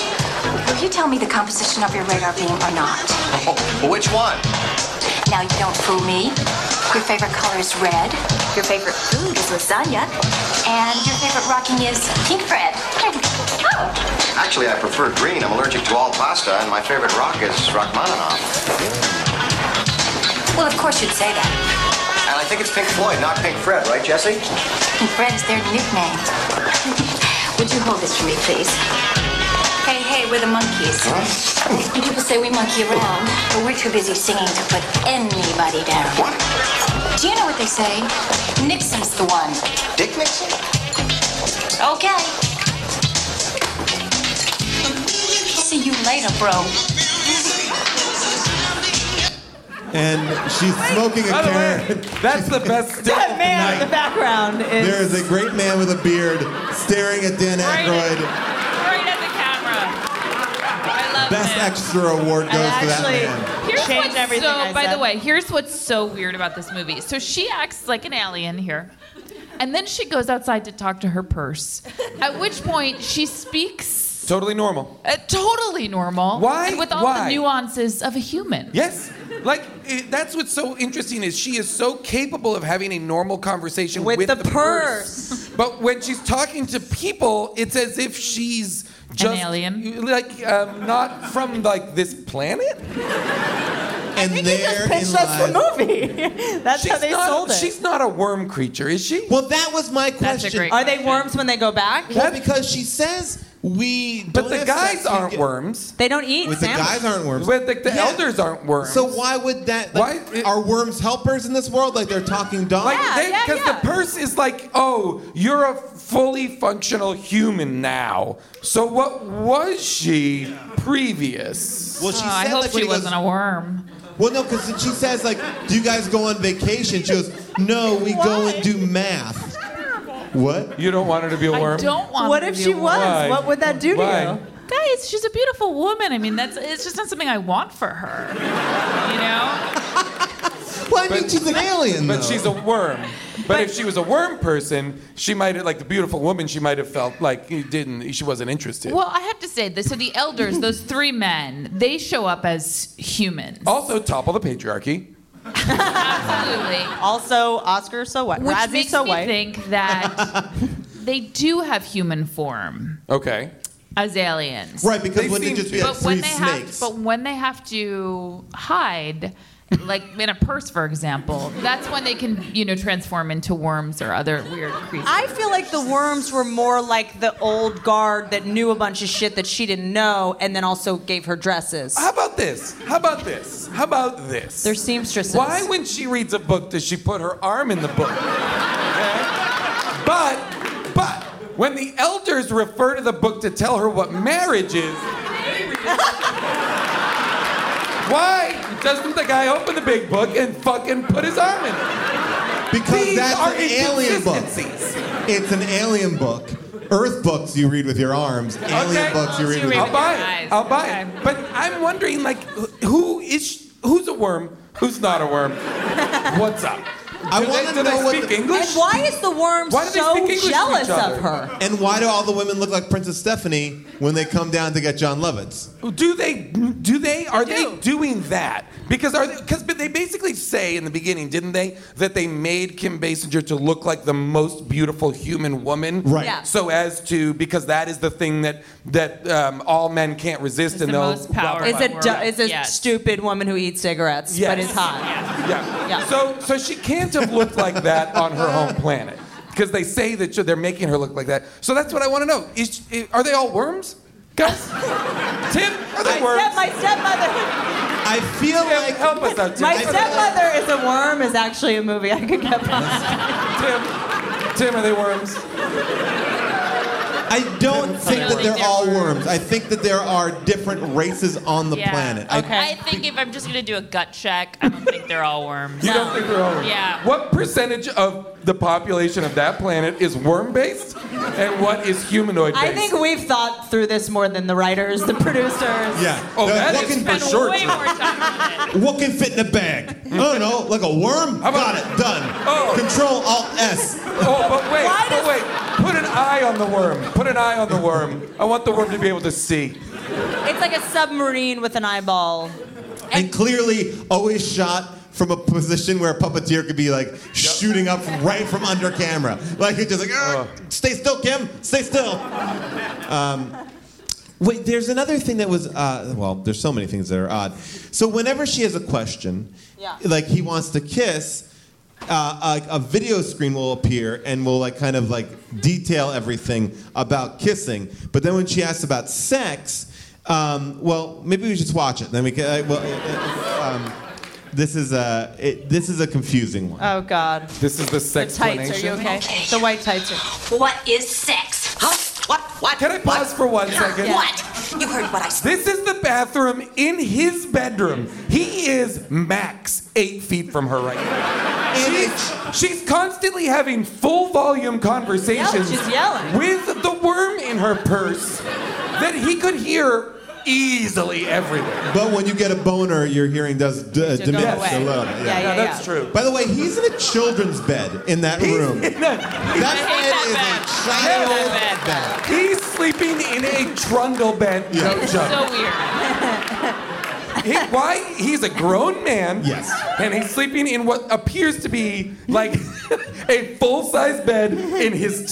S8: Will you tell me the composition of your radar beam or not?
S9: Oh, which one?
S8: Now you don't fool me. Your favorite color is red. Your favorite food is lasagna. And your favorite rocking is pink bread. Oh,
S9: Actually, I prefer green. I'm allergic to all pasta, and my favorite rock is Rachmaninoff.
S8: well, of course you'd say that.
S9: And I think it's Pink Floyd, not Pink Fred, right, Jesse?
S8: Pink bread is their nickname. Would you hold this for me, please? Hey, hey, we're the monkeys. People say we monkey around, but we're too busy singing to put anybody down.
S9: What?
S8: Do you know what they say? Nixon's the one.
S9: Dick Nixon?
S8: Okay. See you later, bro.
S2: And she's smoking a
S4: By the way,
S2: carrot.
S4: that's the best still.
S6: That man in the background
S2: There
S6: is.
S2: is a great man with a beard staring at Dan Aykroyd.
S5: Right at the camera. I love
S2: Best
S5: him.
S2: extra award goes
S6: I
S2: to that
S6: actually-
S2: man.
S5: Here's
S6: Change
S5: what's
S6: everything
S5: So,
S6: I
S5: by
S6: said.
S5: the way, here's what's so weird about this movie. So she acts like an alien here, and then she goes outside to talk to her purse. At which point, she speaks
S4: Totally normal.
S5: uh, totally normal.
S4: Why?
S5: And with all
S4: Why?
S5: the nuances of a human.
S4: Yes. Like it, that's what's so interesting is she is so capable of having a normal conversation
S6: With
S4: with,
S6: the
S4: But when she's talking to people, it's as if she's just
S5: alien?
S4: like um, not from like this planet.
S2: And there in
S6: Pitched us
S2: lies.
S6: the movie. That's how they
S4: not,
S6: sold it.
S4: She's not a worm creature, is she?
S2: Well, that was my
S5: That's a
S2: question.
S5: great-
S6: Are they worms when they go back?
S2: Well, because she says we.
S4: But
S2: don't
S4: the
S2: have
S4: guys
S2: sex, we
S4: aren't
S2: get-
S4: worms.
S6: They don't eat
S2: With the
S6: salmon.
S2: guys aren't worms.
S4: With the, the
S2: Yeah.
S4: elders aren't worms.
S2: So why would that? Like,
S4: Why-
S2: are worms helpers in this world? Like they're talking dogs?
S4: Like
S6: Yeah,
S4: they,
S6: yeah,
S4: because
S6: yeah.
S4: the purse is like, oh, you're a fully functional human now. So what was she previous?
S2: well, she
S5: Oh, I
S2: said
S5: hope
S2: like
S5: she
S2: when he goes-
S5: wasn't a worm.
S2: Well, no, because she says like, "Do you guys go on vacation?" She goes, "No, we go and do math." What?
S4: You don't want her to be a worm.
S5: I don't want.
S6: What
S5: her to
S6: if
S5: be
S6: she
S5: a worm.
S6: was?
S4: Why?
S6: What would that do to
S4: Why?
S6: you?
S5: Guys, she's a beautiful woman. I mean, that's it's just not something I want for her. You know?
S2: Well, I mean, she's an alien.
S4: But
S2: though.
S4: she's a worm. But, if she was a worm person, she might have, like the beautiful woman, she might have felt like you didn't, she wasn't interested.
S5: Well, I have to say this. So the elders, those three men, they show up as humans.
S4: also, topple the patriarchy.
S5: Absolutely.
S6: Also, Oscar so what?
S5: Which
S6: Razzie
S5: makes
S6: so
S5: me
S6: what?
S5: think that they do have human form
S4: Okay.
S5: as aliens.
S2: right because
S4: They
S2: wouldn't it
S4: seem
S2: just be like
S5: But when
S4: to.
S2: three
S5: they have
S2: snakes?
S5: but when they have to hide like in a purse for example, that's when they can, you know, transform into worms or other weird creatures.
S6: I feel like the worms were more like the old guard that knew a bunch of shit that she didn't know and then also gave her dresses.
S4: How about this? How about this? How about this?
S6: They're seamstresses.
S4: Why, when she reads a book, does she put her arm in the book? Okay? But, but, when the elders refer to the book to tell her what marriage is, why doesn't the guy open the big book and fucking put his arm in it?
S2: because
S4: These
S2: that's
S4: are
S2: an alien book.
S4: inconsistencies.
S2: It's an alien book. Earth books you read with your arms. Alien
S4: Okay.
S2: books you read with.
S4: I'll
S5: Maybe
S4: buy
S5: they're
S4: it.
S5: nice.
S4: I'll buy
S5: Okay.
S4: it. But I'm wondering, like, wh- who is who's a worm? Who's not a worm? What's up?
S2: I
S4: do they,
S2: wanna
S4: do they
S2: know what
S4: speak
S2: the-
S4: English?
S6: And why is the worm
S4: Why do they
S6: so
S4: speak English to
S6: jealous
S4: each other?
S6: of her?
S2: And why do all the women look like Princess Stephanie when they come down to get John Lovitz?
S4: Do they? Do they? Are they
S6: do.
S4: doing that? Because are because but they basically say in the beginning, didn't they, that they made Kim Basinger to look like the most beautiful human woman,
S2: Right.
S6: Yeah.
S4: So as to because that is the thing that that um, all men can't resist,
S5: It's
S4: and
S5: the
S4: they'll
S5: most powerful.
S6: Is a, du- is a
S5: Yes.
S6: stupid woman who eats cigarettes but
S4: Yes.
S6: is hot.
S4: Yeah.
S6: Yeah.
S4: So so she can't have looked like that on her home planet because they say that they're making her look like that. So that's what I want to know. Is, are they all worms? Guys, Tim, are they
S6: My,
S4: worms?
S6: step, my stepmother,
S2: I feel
S4: Tim,
S2: like
S4: help us out, Tim.
S6: my
S4: Are they-
S6: stepmother is a worm is actually a movie I could get behind.
S4: Tim, Tim, are they worms?
S2: I don't think that
S5: Totally
S2: they're all
S5: different.
S2: worms. I think that there are different races on the
S5: Yeah.
S2: planet. I-
S6: Okay.
S10: I think if I'm just gonna do a gut check, I don't think they're all worms.
S4: You don't think they're all worms?
S10: Yeah.
S4: What percentage of the population of that planet is worm based, and what is humanoid based?
S6: I think we've thought through this more than the writers, the producers.
S2: yeah.
S4: Oh,
S2: They're-
S4: that
S2: what,
S4: is
S2: can,
S4: for sure.
S10: Way
S4: true.
S10: more time.
S2: what can fit in a bag? I don't know, like a worm?
S4: How about-
S2: Got it, done.
S4: Oh.
S2: Control Alt S.
S4: Oh, but wait,
S6: Why
S4: but
S6: does-
S4: wait. Put an eye on the worm. Put an eye on the worm. I want the worm to be able to see.
S6: It's like a submarine with an eyeball.
S2: And clearly, always shot from a position where a puppeteer could be like shooting up from- right from under camera. Like it's just like, "Ah, stay still, Kim, stay still. Um, wait, there's another thing that was uh, well, there's so many things that are odd. So whenever she has a question,
S6: Yeah.
S2: like he wants to kiss. Uh, a, a video screen will appear and will like kind of like detail everything about kissing. But then when she asks about sex, um, well, maybe we should just watch it. Then we can. Uh, well, uh, uh, um, this is a it, this is a confusing one.
S6: Oh God.
S4: This is the sex
S6: Tights, are you okay?
S8: Okay.
S6: The white tights are.
S8: What is sex? Huh? What? What?
S4: Can I pause for one second?
S8: What? You heard what I said.
S4: This is the bathroom in his bedroom. He is max eight feet from her right now. She's, she's constantly having full volume conversations
S6: Yeah, she's yelling.
S4: with the worm in her purse that he could hear easily everywhere.
S2: But when you get a boner, your hearing does d- uh,
S6: go
S2: diminish a
S6: away.
S2: little bit.
S6: Yeah,
S4: Yeah,
S6: yeah,
S4: that's
S6: yeah.
S4: true.
S2: By the way, he's in a children's bed in that room. That's
S10: I
S2: why
S10: hate
S2: it
S10: that
S2: is a child bed.
S4: He's sleeping in a trundle bed. No
S2: Yeah.
S4: joke.
S5: so weird.
S4: He, why? He's a grown man.
S2: Yes.
S4: And he's sleeping in what appears to be like a full size bed in his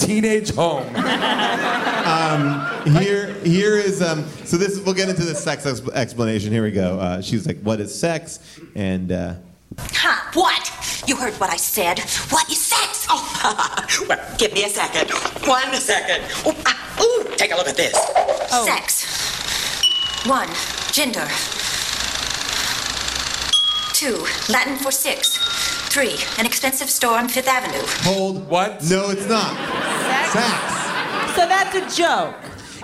S4: teenage home.
S2: Um, Here, here is um. So this we'll get into the sex ex- explanation. Here we go. Uh, she was like, "What is sex?" And uh,
S8: Huh? What? You heard what I said. What is sex?
S11: Oh, well, give me a second. One second. Ooh, ah, ooh, take a look at this.
S6: Oh.
S8: Sex. One, gender. Two, Latin for six. Three, an expensive store on Fifth Avenue.
S2: hold.
S4: What?
S2: No, it's not. Sex.
S6: So that's a joke.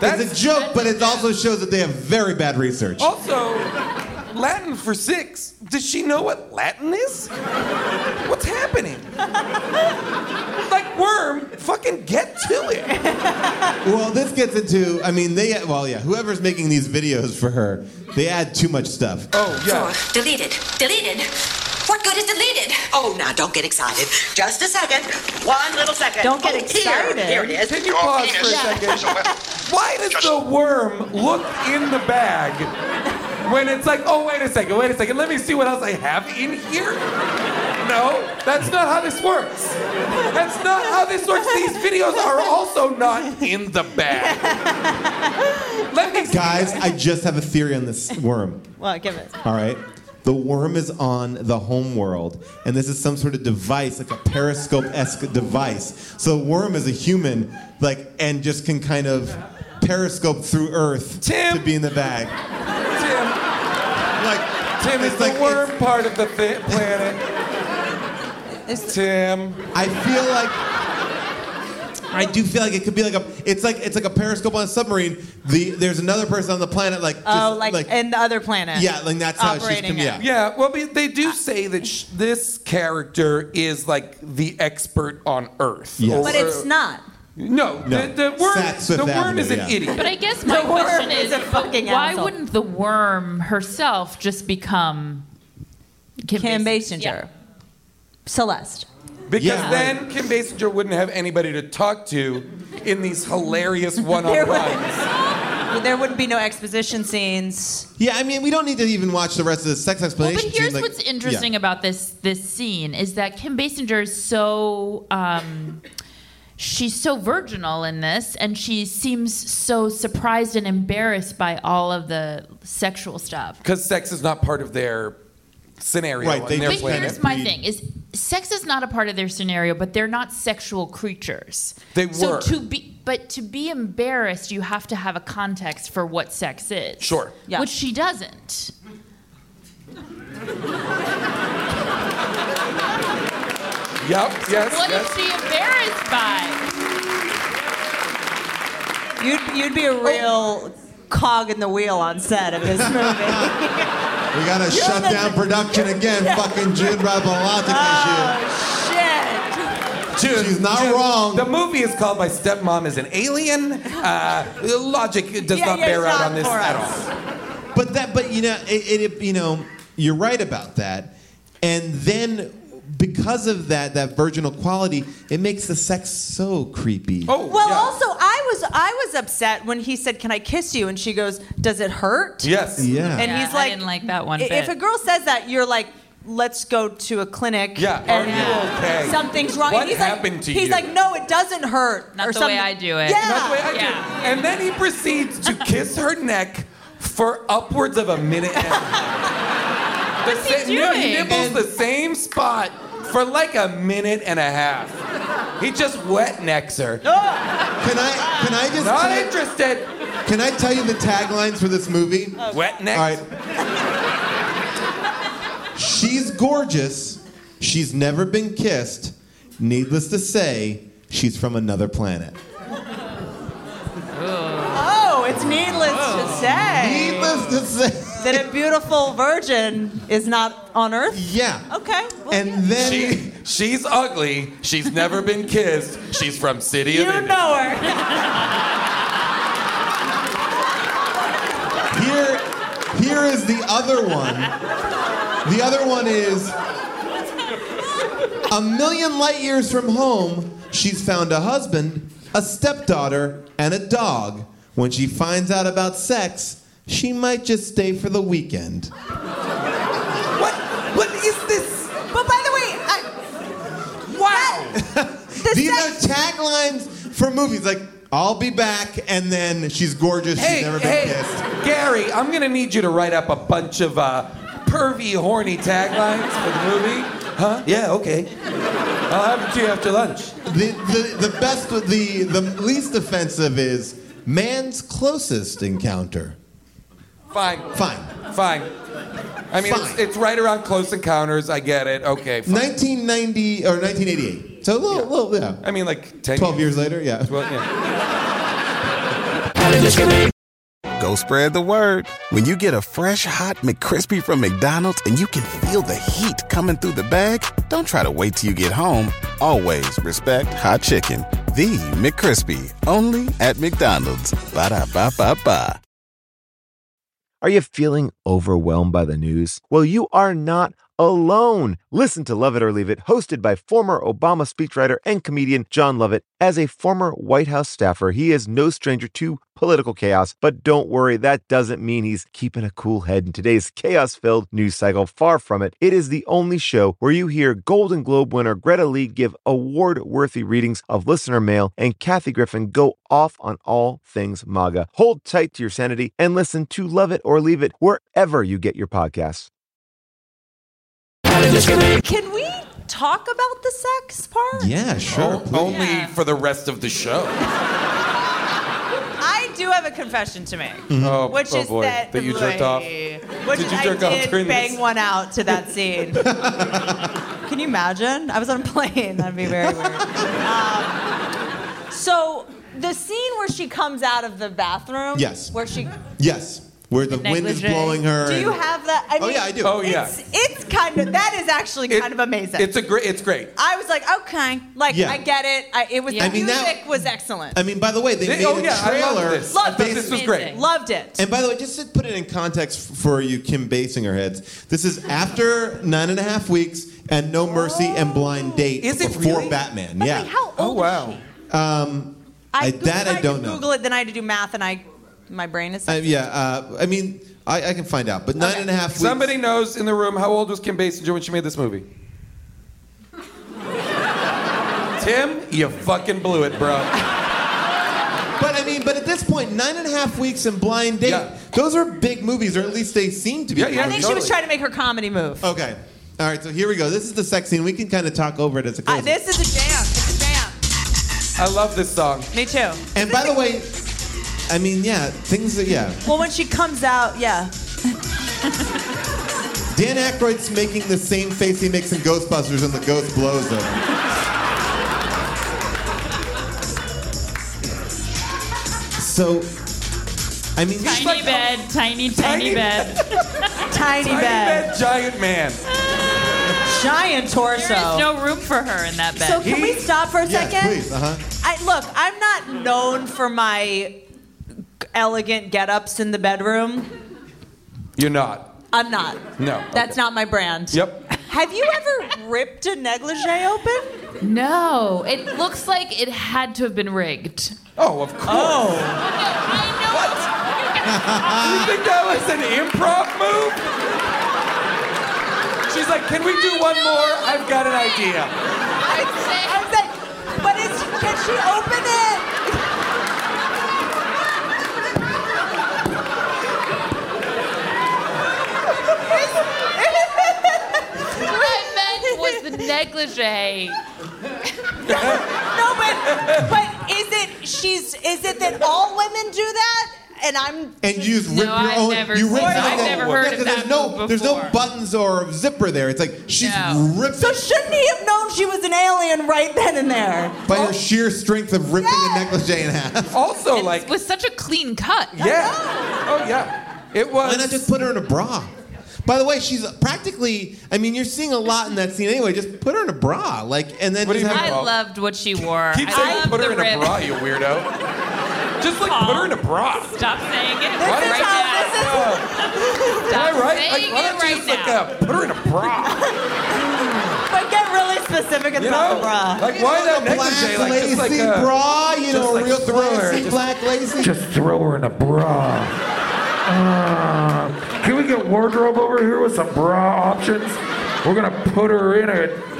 S2: it's a joke, but it also shows that they have very bad research.
S4: Also, Latin for six. Does she know what Latin is? What's happening? like worm, fucking get to it.
S2: Well, this gets into. I mean, they. Well, yeah. Whoever's making these videos for her, they add too much stuff.
S4: Oh
S8: Four, deleted. Deleted. What good is deleted?
S11: Oh, now don't get excited. Just a second. One little second.
S6: Don't get
S11: Oh,
S6: excited.
S11: Here, here it is.
S4: Can you pause for a second? Why does the worm look in the bag when it's like, oh, wait a second, wait a second, let me see what else I have in here? No, that's not how this works. That's not how this works. These videos are also not in the bag. Let me see.
S2: Guys, I just have a theory on this worm.
S6: Well, give it.
S2: All right. The worm is on the home world, and this is some sort of device, like a periscope esque device. So the worm is a human, like, and just can kind of periscope through Earth
S4: Tim.
S2: to be in the bag.
S4: Tim,
S2: Like,
S4: Tim is
S2: It's
S4: the
S2: like-
S4: worm part of the thi- planet. Tim.
S2: I feel like I do feel like it could be like a it's like it's like a periscope on a submarine. The there's another person on the planet like just,
S6: Oh, like, in the other planet.
S2: yeah, like that's how she's
S6: operating
S2: coming.
S6: it.
S2: Yeah.
S4: Yeah, well, be- they do say that sh- this character is like the expert on Earth.
S2: Yes.
S4: Or-
S6: But it's not.
S4: Uh, No,
S2: No.
S4: The, the worm,
S2: Saks Fifth
S4: the worm
S2: Avenue,
S4: is an
S2: yeah.
S4: idiot.
S5: But I guess my
S6: The worm
S5: question
S6: is
S5: is,
S6: a fucking
S5: why
S6: asshole.
S5: wouldn't the worm herself just become Kim, Basinger?
S6: Kim Basinger.
S5: Yeah.
S6: Celeste.
S4: Because
S2: Yeah.
S4: then Kim Basinger wouldn't have anybody to talk to in these hilarious
S6: There
S4: one-on-ones.
S6: would, there would be no exposition scenes.
S2: Yeah, I mean we don't need to even watch the rest of the sex
S5: Well,
S2: explanation.
S5: but here's
S2: scene, like-
S5: what's interesting
S2: Yeah.
S5: about this this scene is that Kim Basinger is so um, she's so virginal in this, and she seems so surprised and embarrassed by all of the sexual stuff.
S4: Because sex is not part of their scenario
S2: Right,
S4: on
S2: they
S4: their
S2: just-
S5: But
S4: planet.
S5: here's my
S2: breed.
S5: thing: is sex is not a part of their scenario, but they're not sexual creatures.
S4: They were.
S5: So to be, but to be embarrassed, you have to have a context for what sex is.
S4: Sure.
S6: Yeah.
S5: Which she doesn't.
S4: Yep, yes,
S5: What is
S4: yes.
S5: she embarrassed by?
S6: You'd, you'd be a real cog in the wheel on set of this movie.
S2: we gotta shut
S6: the-
S2: down production again. Fucking June Ravelotic
S5: Ah.
S2: issue.
S6: oh, shit.
S4: Dude,
S2: She's not
S4: dude,
S2: wrong.
S4: The movie is called My Stepmom is an Alien. Uh, logic does
S6: Yeah,
S4: not
S6: yeah,
S4: bear
S6: it's
S4: out
S6: not
S4: on this
S6: for
S4: at all.
S6: us.
S2: But that, but you know, it, it, it, you know, you're right about that. And then because of that, that virginal quality, it makes the sex so creepy.
S4: Oh,
S6: Well,
S4: yeah.
S6: also, I was I was upset when he said, "Can I kiss you?" and she goes, "Does it hurt?"
S4: Yes.
S2: yeah.
S6: And
S5: Yeah,
S6: he's
S5: I
S6: like,
S5: didn't like that one
S6: "I- If
S5: bit."
S6: a girl says that, you're like, "Let's go to a clinic."
S4: Yeah, are
S6: and
S4: you okay?
S6: Something's wrong.
S4: What
S6: and he's
S4: happened
S6: like,
S4: to
S6: He's
S4: you?
S6: like, "No, it doesn't hurt."
S5: Not
S6: or
S5: the way
S6: something.
S5: I do it.
S6: Yeah.
S4: That's the way I
S5: Yeah.
S4: do. And then he proceeds to kiss her neck for upwards of a minute and a half. The
S5: What's he
S4: sa- no, he
S5: doing?
S4: nibbles the same spot for like a minute and a half. He just wet necks her.
S2: Can I can I just
S4: Not
S2: tell,
S4: interested.
S2: can I tell you the taglines for this movie?
S4: Wet
S2: All
S4: necks.
S2: right. She's gorgeous. She's never been kissed. Needless to say, she's from another planet.
S6: Oh, it's needless to say
S2: Needless to say,
S6: that a beautiful virgin is not on Earth.
S2: yeah.
S6: Okay. well,
S2: And
S6: yeah.
S2: then
S4: She, she's ugly. She's never been kissed. She's from City
S6: you
S4: of Angels.
S6: know her.
S2: Here, here is the other one. The other one is a million light years from home, she's found a husband, a stepdaughter, and a dog. When she finds out about sex, she might just stay for the weekend.
S4: What? What is this?
S6: But by the way, I, wow. The
S2: These
S6: sex-
S2: are taglines for movies like "I'll be back" and then she's gorgeous,
S4: Hey,
S2: she's never been kissed.
S4: hey, Gary, I'm gonna need you to write up a bunch of uh, pervy, horny taglines for the movie. Huh? Yeah, okay. I'll have it to you after lunch.
S2: The, the, the best, the the least offensive is man's closest encounter.
S4: Fine,
S2: Fine.
S4: fine. I mean,
S2: Fine.
S4: It's, it's right around Close Encounters. I get it. Okay. Fine.
S2: 1990 or 1988. So a little, little yeah.
S4: I mean, like 10
S2: 12 years later, yeah.
S4: Well, yeah.
S12: Go spread the word. When you get a fresh hot McCrispy from McDonald's and you can feel the heat coming through the bag, don't try to wait till you get home. Always respect hot chicken. The McCrispy, only at McDonald's. Ba da ba ba ba.
S1: Are you feeling overwhelmed by the news? Well, you are not alone. Listen to Love It or Leave It, hosted by former Obama speechwriter and comedian John Lovett. As a former White House staffer, he is no stranger to political chaos, but don't worry, that doesn't mean he's keeping a cool head in today's chaos filled news cycle. Far from it, it is the only show where you hear Golden Globe winner Greta Lee give award worthy readings of listener mail and Kathy Griffin go off on all things MAGA. Hold tight to your sanity and listen to Love It or Leave It wherever you get your podcasts.
S6: Can we talk about the sex part?
S1: Yeah,
S4: sure. only for the rest of the show.
S6: I do have a confession to make.
S2: Mm-hmm.
S4: Oh,
S6: Which
S4: oh
S6: is
S4: boy.
S6: that,
S4: That you jerked off?
S6: Which
S4: Did
S6: is
S4: you jerk
S6: I
S4: off
S6: did
S4: during
S6: bang
S4: this?
S6: one out to that scene. Can you imagine? I was on a plane. That'd be very weird. Um, so the scene where she comes out of the bathroom.
S2: Yes.
S6: Where she.
S2: Yes, where the wind is blowing her.
S6: Do you
S2: and-
S6: have that? I
S2: Oh,
S6: mean,
S2: yeah, I do. Oh, yeah.
S6: It's, it's kind of that is actually kind of amazing.
S4: It's a great. It's great.
S6: I was like, okay, like
S2: Yeah.
S6: I get it. I, it was
S2: I
S6: the
S2: mean, that-
S6: music was excellent.
S2: I mean, by the way, they
S4: They-
S2: made
S4: oh,
S2: a
S4: yeah, I love
S2: trailer.
S4: this. I thought
S2: based-
S4: this was great.
S6: Loved it.
S2: And by the way, just to put it in context f- for you Kim Basinger heads, this is after nine and a half weeks and No Mercy and Blind Date
S6: Oh. Is it
S2: before
S6: really?
S2: Batman. yeah.
S6: oh
S4: wow.
S2: Um, I, that I don't know.
S6: Google it, then I had to do math, and I, my brain is.
S2: Uh, yeah, uh, I mean, I, I can find out, but nine and a half weeks.
S4: Somebody knows in the room how old was Kim Basinger when she made this movie? Tim, you fucking blew it, bro.
S2: But I mean, but at this point, nine and a half weeks and Blind Date, those are big movies, or at least they seem to be.
S6: I think she was trying to make her comedy move.
S2: Okay. All right, so here we go. This is the sex scene. We can kind of talk over it as it goes.
S6: Uh, this is a jam. It's a jam.
S4: I love this song.
S6: Me too.
S2: And by the way, I mean, yeah, things that, yeah.
S6: Well, when she comes out, yeah.
S2: Dan Aykroyd's making the same face he makes in Ghostbusters and the ghost blows him. So, I mean,
S10: Tiny bed, tiny, tiny, bed.
S6: tiny, "Oh, bed.
S4: giant man.
S6: Giant torso.
S10: There is no room for her in that bed.
S6: So can we stop for a second?
S2: Uh-huh.
S6: I look, I'm not known for my elegant get-ups in the bedroom.
S4: You're not.
S6: I'm not.
S4: No.
S6: That's not my brand.
S4: Yep.
S6: Have you ever ripped a negligee open?
S5: No, it looks like it had to have been rigged.
S4: Oh, of course.
S5: Oh.
S4: you think that was an improv move? She's like, can we do one more? I've got an idea.
S6: I was like, but is can she open it?
S5: What I meant was the negligee.
S6: No, but but is it she's is it that all women do that? And I'm
S2: And you just
S6: No,
S2: rip your
S6: I've
S2: own.
S6: never
S2: you rip
S6: seen-
S2: your
S6: I've
S2: own-
S6: never heard
S2: yeah,
S6: of
S2: 'cause
S6: that
S2: There's no,
S6: move
S2: there's no
S6: before.
S2: buttons or zipper there. It's like she's ripping
S6: So shouldn't he have known she was an alien right then and there?
S2: by her sheer strength of ripping a negligee in half.
S4: Also, like,
S5: It was such a clean cut.
S4: yeah. Oh, yeah. It was.
S2: Why not just put her in a bra? By the way, she's practically. I mean, you're seeing a lot in that scene anyway. Just put her in a bra, like, and then. just have-
S10: I loved what she wore.
S4: Keep
S10: I
S4: saying
S10: loved
S4: put her
S10: the
S4: in
S10: rib.
S4: a bra, you weirdo. Just like put her in a bra.
S10: Stop saying it.
S4: Why
S10: right
S4: don't you-
S10: now.
S4: Am I right?
S10: saying it
S4: Like, why don't you
S10: right
S4: just like, uh, put her in a bra?
S6: But get really specific
S4: You
S6: about
S4: know?
S6: the bra.
S4: Like, why that negligee? Like, just like
S2: lacy
S4: a
S2: bra, you know,
S4: just
S2: a
S4: like
S2: real
S4: throw her,
S2: classy
S4: just-
S2: black lacy.
S4: Just throw her in a bra. Uh, can we get wardrobe over here with some bra options? We're gonna put her in a.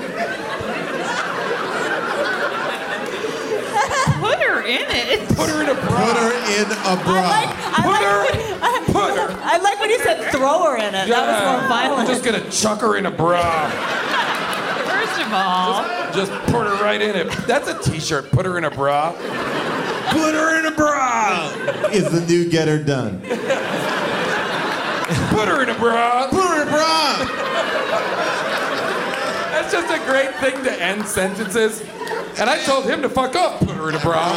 S10: Put her in it.
S4: Put her in a bra.
S2: Put her in a bra.
S6: I like, I, I like when you said throw her in it. That was more
S4: I'm
S6: violent.
S4: just gonna chuck her in a bra.
S10: First of all,
S4: Just put her right in it. That's a T-shirt. Put her in a bra. Put her in a bra.
S2: is the new get her done.
S4: Put her in a bra.
S2: Put her in a bra.
S4: That's just a great thing to end sentences. And I told him to fuck up. Put her in a bra.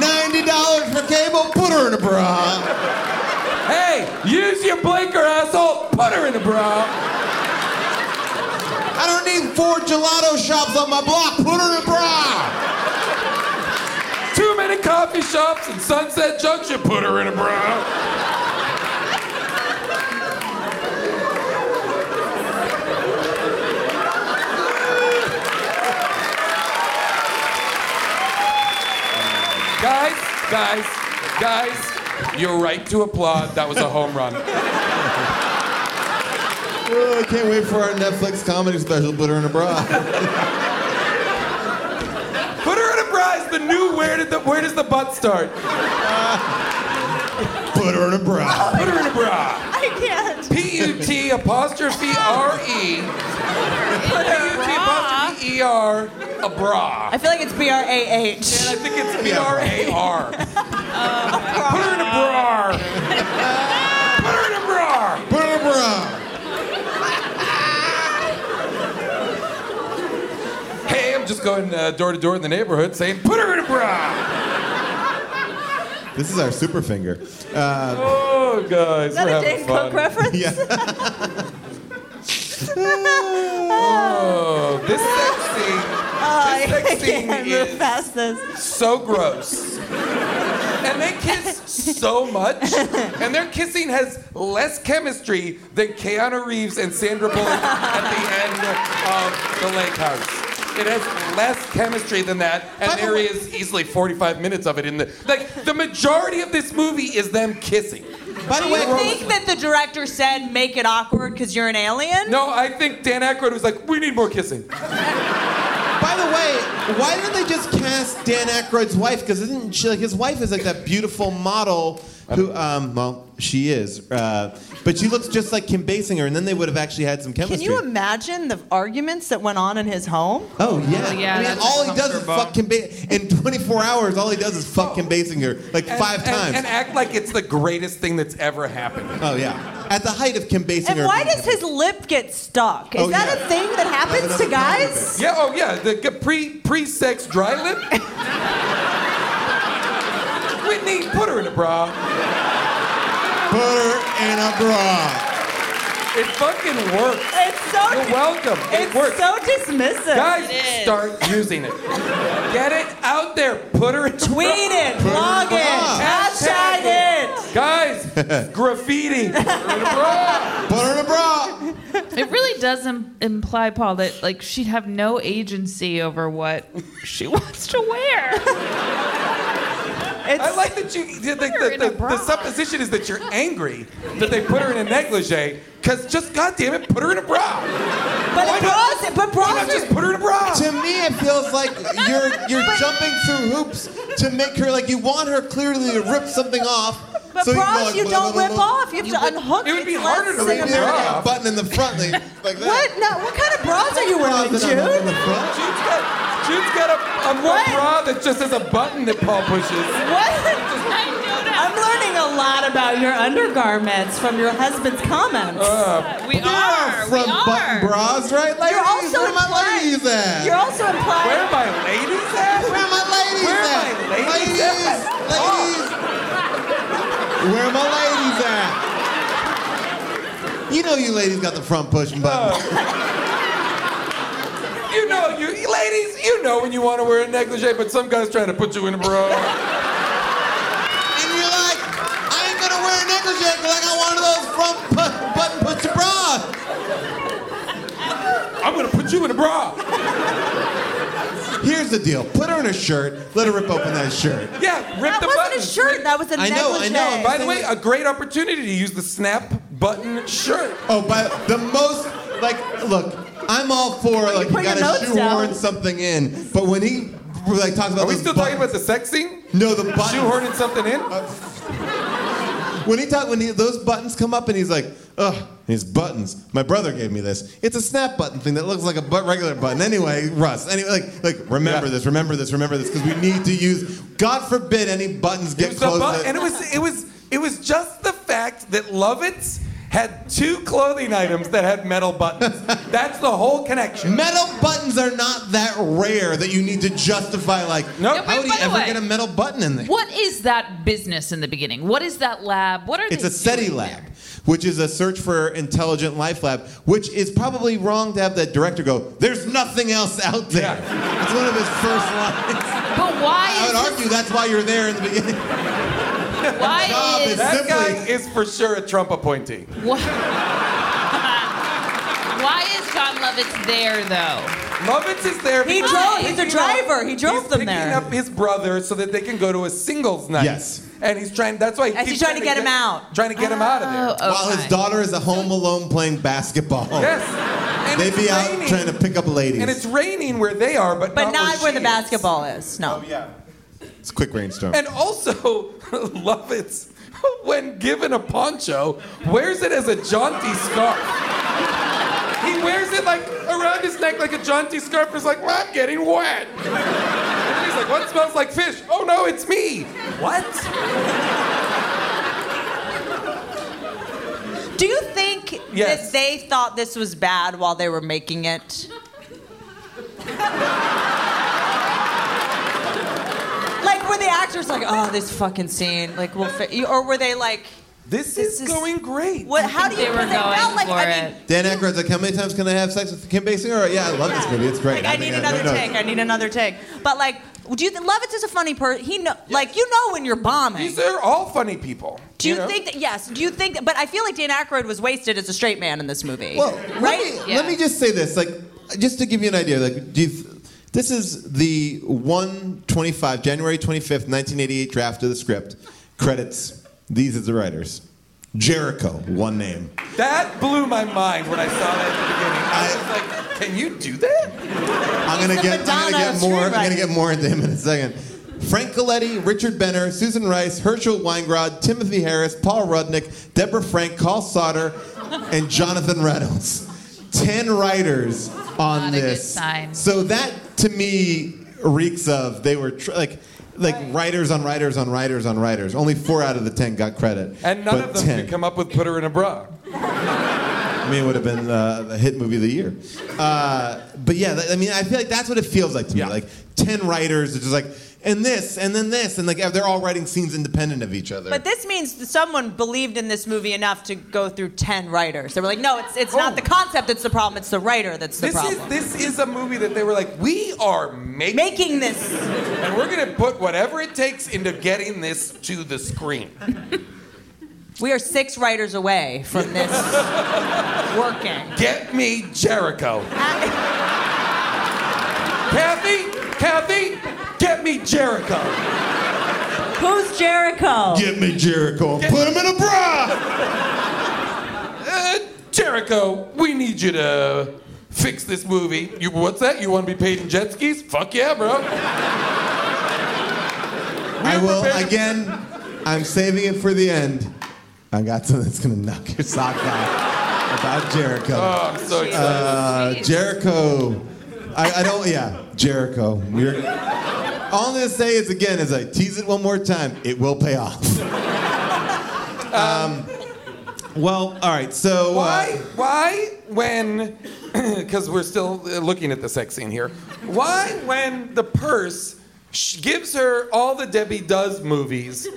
S2: Ninety dollars for cable. Put her in a bra.
S4: Hey, use your blinker, asshole. Put her in a bra.
S2: I don't need four gelato shops on my block. Put her in a bra.
S4: Too many coffee shops in Sunset Junction. Put her in a bra. Guys, guys, guys, you're right to applaud. That was a home run.
S2: Oh, I can't wait for our Netflix comedy special, Put Her in a Bra.
S4: Put her in a bra is the new where did the where does the butt start?
S2: Put her in a bra.
S4: Put her in a bra.
S6: I can't.
S4: P U T apostrophe R E. Put her in a bra. apostrophe E R a bra.
S6: I feel like it's B R A H.
S4: I think it's B R A R. Put her in a bra. Put her in a bra.
S2: Put her in a bra.
S4: Hey, I'm just going uh, door to door in the neighborhood saying, "Put her in a bra."
S2: This is our super finger. Uh,
S4: Oh, guys,
S6: Is that a
S4: we're having
S6: Dane
S4: fun.
S6: Cook reference?
S4: Oh, this sex scene.
S6: I
S4: This next scene
S6: can't move
S4: is-
S6: past this.
S4: so gross. And they kiss so much, and their kissing has less chemistry than Keanu Reeves and Sandra Bullock at the end of The Lake House. It has less chemistry than that, and there is easily 45 minutes of it in the. Like, the majority of this movie is them kissing.
S2: by the
S6: Do
S2: way,
S6: you think that the director said make it awkward because you're an alien?
S4: No, I think Dan Aykroyd was like, we need more kissing.
S2: by the way, why didn't they just cast Dan Aykroyd's wife? Because isn't she like his wife is like that beautiful model who, um, well, she is, uh, but she looks just like Kim Basinger, and then they would have actually had some
S6: Can
S2: chemistry.
S6: you imagine the arguments that went on in his home?
S2: Oh yeah.
S5: yeah,
S2: I mean,
S5: that's
S2: all he does is
S5: uncomfortable.
S6: uh,
S2: fuck Kim Basinger. In 24 hours, all he does is fuck Kim Basinger like
S4: And-
S2: five
S4: and-
S2: times.
S4: And act like it's the greatest thing that's ever happened.
S2: oh yeah. At the height of Kim Basinger.
S6: And why does his lip get stuck? Is
S2: Oh,
S6: that
S2: yeah.
S6: a thing that happens to
S2: another part of
S6: guys?
S4: Yeah, oh yeah, the pre pre sex dry lip. Whitney, put her in a bra.
S2: put her in a bra?
S4: It fucking works.
S6: It's so.
S4: You're welcome. It
S6: It's
S4: works.
S6: so dismissive.
S4: Guys,
S10: It is.
S4: start using it. Get it out there. Put her in a
S6: Tweet
S4: bra.
S6: it, blog it, hashtag it.
S4: Guys, graffiti. Put her in a bra.
S2: Put her in a bra.
S5: It really does Im- imply, Paul, that like she'd have no agency over what she wants to wear.
S6: It's,
S4: I like that you. The, the,
S5: her in a
S4: the-
S5: bra.
S4: the supposition is that you're angry that they put her in a negligee. Cause just goddamn it, put her in a bra.
S6: but bras, but
S4: Why
S6: bras
S4: not just
S6: are.
S4: put her in a bra?
S2: To me, it feels like you're you're jumping through hoops to make her like you want her clearly to rip something off.
S6: But
S2: so
S6: bras
S2: you,
S6: you
S2: go like, blah,
S6: don't
S2: blah,
S6: rip
S2: blah, blah.
S6: off. You have to unhook.
S4: It would be
S6: It's
S4: harder
S6: less
S4: to
S6: than
S4: rip
S6: a
S4: it
S2: There,
S6: bra.
S4: off.
S2: like, a button in the front, like, like that.
S6: What? No. What kind of bras are you
S2: Bras
S6: wearing,
S2: that are not in
S6: Jude?
S2: the front.
S4: Jude's got, Jude's got a, a more
S6: What?
S4: bra that just has a button that Paul pushes.
S6: What? I'm learning a lot about your undergarments from your husband's comments.
S4: Uh,
S10: We
S2: You
S10: are. We
S2: from
S10: are.
S2: button bras, right? Ladies,
S6: You're also
S2: where my
S6: implying-
S2: ladies at?
S6: You're also implying.
S4: Where are my ladies at?
S2: Where are my ladies
S4: Where are
S2: at?
S4: my ladies at?
S2: ladies. Where are my ladies at? You know you ladies got the front pushing button.
S6: Oh.
S4: You know, you ladies, you know when you want to wear a negligee, but some guy's trying to put you in a bra.
S2: And you're like, I ain't gonna wear a negligee because I got one of those front pu- button pushing bras.
S4: I'm gonna put you in a bra.
S2: Here's the deal. Put her in a shirt. Let her rip open that shirt.
S4: Yeah, rip
S6: That
S4: the
S6: wasn't
S4: button.
S6: a shirt. That was a
S2: I know, I
S6: negligee.
S2: know, but-
S4: By the way, a great opportunity to use the snap button shirt.
S2: Oh, but the most like, look, I'm all for like you
S6: put your
S2: gotta
S6: notes
S2: shoehorn
S6: down.
S2: something in, but when he like talks about
S4: Are we
S2: those
S4: still talking
S2: buttons-
S4: about the sex scene?
S2: no the buttons.
S4: Shoehorning something in?
S2: When he talk, when he, those buttons come up, and he's like, "Ugh, his buttons." My brother gave me this. It's a snap button thing that looks like a but regular button. Anyway, Russ. Anyway, like, like remember
S4: Yeah.
S2: this, remember this, remember this, because we need to use. God forbid any buttons
S4: It
S2: get
S4: was the
S2: close.
S4: bu-
S2: to-
S4: and it was it was it was just the fact that Lovitz had two clothing items that had metal buttons. That's the whole connection.
S2: metal buttons are not that rare that you need to justify. Like,
S4: No. Yeah,
S5: but
S2: how would you
S5: by the
S2: ever
S5: way-
S2: get a metal button in there?
S5: What is that business in the beginning? What is that lab? What are
S2: It's
S5: they
S2: a SETI
S5: doing
S2: lab,
S5: there?
S2: which is a search for intelligent life lab, which is probably wrong to have that director go, there's nothing else out there. It's one of his first lines.
S5: But why
S2: I would
S5: is
S2: argue that's why you're there in the beginning.
S5: why
S2: job
S5: is
S2: is
S4: That
S2: Simply-
S4: guy is for sure a Trump appointee.
S5: why, why is John Lovitz there though?
S4: Lovitz is there.
S6: He
S4: because
S6: drove-
S4: he's
S6: he's a
S4: picking up-
S6: driver. He drove
S4: he's
S6: them
S4: picking
S6: there.
S4: up his brother so that they can go to a singles night.
S2: Yes.
S4: And he's trying. That's why he
S6: As
S4: keeps
S6: he's trying to get him out. Oh,
S4: Trying to get him out of there.
S2: While his daughter is at home alone playing basketball.
S4: Yes. And
S2: They
S4: it's
S2: be out
S4: raining.
S2: trying to pick up ladies.
S4: And it's raining where they are, but
S6: But
S4: not,
S6: not where the
S4: she
S6: basketball is. No.
S2: Oh, It's a quick rainstorm.
S4: And also, Lovitz, when given a poncho, wears it as a jaunty scarf. He wears it like around his neck like a jaunty scarf. He's like, well, I'm getting wet. And he's like, what smells like fish? Oh no, it's me. What?
S6: Do you think that
S4: Yes.
S6: they thought this was bad while they were making it? like, were the actors like, "Oh, this fucking scene," like, we'll, fi-, or were they like,
S4: "This, is, going great"?
S6: What? How do
S5: think
S6: you?
S5: they were
S6: 'cause
S5: going
S6: felt like,
S5: for
S6: I mean,
S5: it.
S2: Dan Aykroyd's like, how many times can I have sex with Kim Basinger? Or, yeah, I love this movie. It's great.
S6: Like, I
S2: think
S6: need another
S2: no, no.
S6: take. I need another take. But like, do you think Lovitz is a funny person? He know, like, you know when you're bombing.
S4: These are all funny people.
S6: do you,
S4: know?
S6: think that? Yes. Do you think? That, but I feel like Dan Aykroyd was wasted as a straight man in this movie.
S2: Well,
S6: right?
S2: Let me, let me just say this, like, just to give you an idea, like, do you, this is the 125, January 25th, 1988 draft of the script. Credits, these are the writers. Jericho, one name.
S4: That blew my mind when I saw that at the beginning. I was like, can you do that?
S2: I'm gonna
S4: He's the
S2: get, I'm gonna
S4: Madonna
S2: get
S4: of
S2: more. I'm gonna
S4: screenwriting.
S2: get more into him in a second. Frank Coletti, Richard Benner, Susan Rice, Herschel Weingrod, Timothy Harris, Paul Rudnick, Deborah Frank, Carl Sauter, and Jonathan Reynolds. Ten writers on
S5: Not a good
S2: this.
S5: sign.
S2: So that to me reeks of they were tr- like like writers on writers on writers on writers. Only four out of the ten got credit.
S4: And none
S2: but
S4: of them
S2: ten.
S4: could come up with put her in a bra.
S2: I mean, it would have been uh, the hit movie of the year. Uh, but yeah, that- I mean, I feel like that's what it feels like to me. Like ten writers are just like, and this, and then this, and like they're all writing scenes independent of each other.
S6: But this means that someone believed in this movie enough to go through ten writers. They were like, no, it's it's not the concept that's the problem. It's the writer that's the
S4: Oh. This
S6: problem.
S4: is this is a movie that they were like, we are making,
S6: Making this.
S4: and we're gonna put whatever it takes into getting this to the screen.
S6: we are six writers away from this working.
S4: Get me Jericho, Kathy, Kathy, get me Jericho.
S6: Who's Jericho?
S2: Get me Jericho. and Put him in a bra.
S4: Uh, Jericho, we need you to fix this movie. You, what's that? You want to be paid in jet skis? Fuck yeah, bro.
S2: I will again. I'm saving it for the end. I got something that's gonna knock your socks off about Jericho.
S4: Oh, I'm so excited.
S2: Uh, Jericho. I, I don't. Yeah, Jericho. We're, all I'm gonna say is again, as I tease it one more time, it will pay off. Um, well, all right. So uh,
S4: Why? Why? When? Because we're still uh, looking at the sex scene here. Why? When the purse sh- gives her all the Debbie Does movies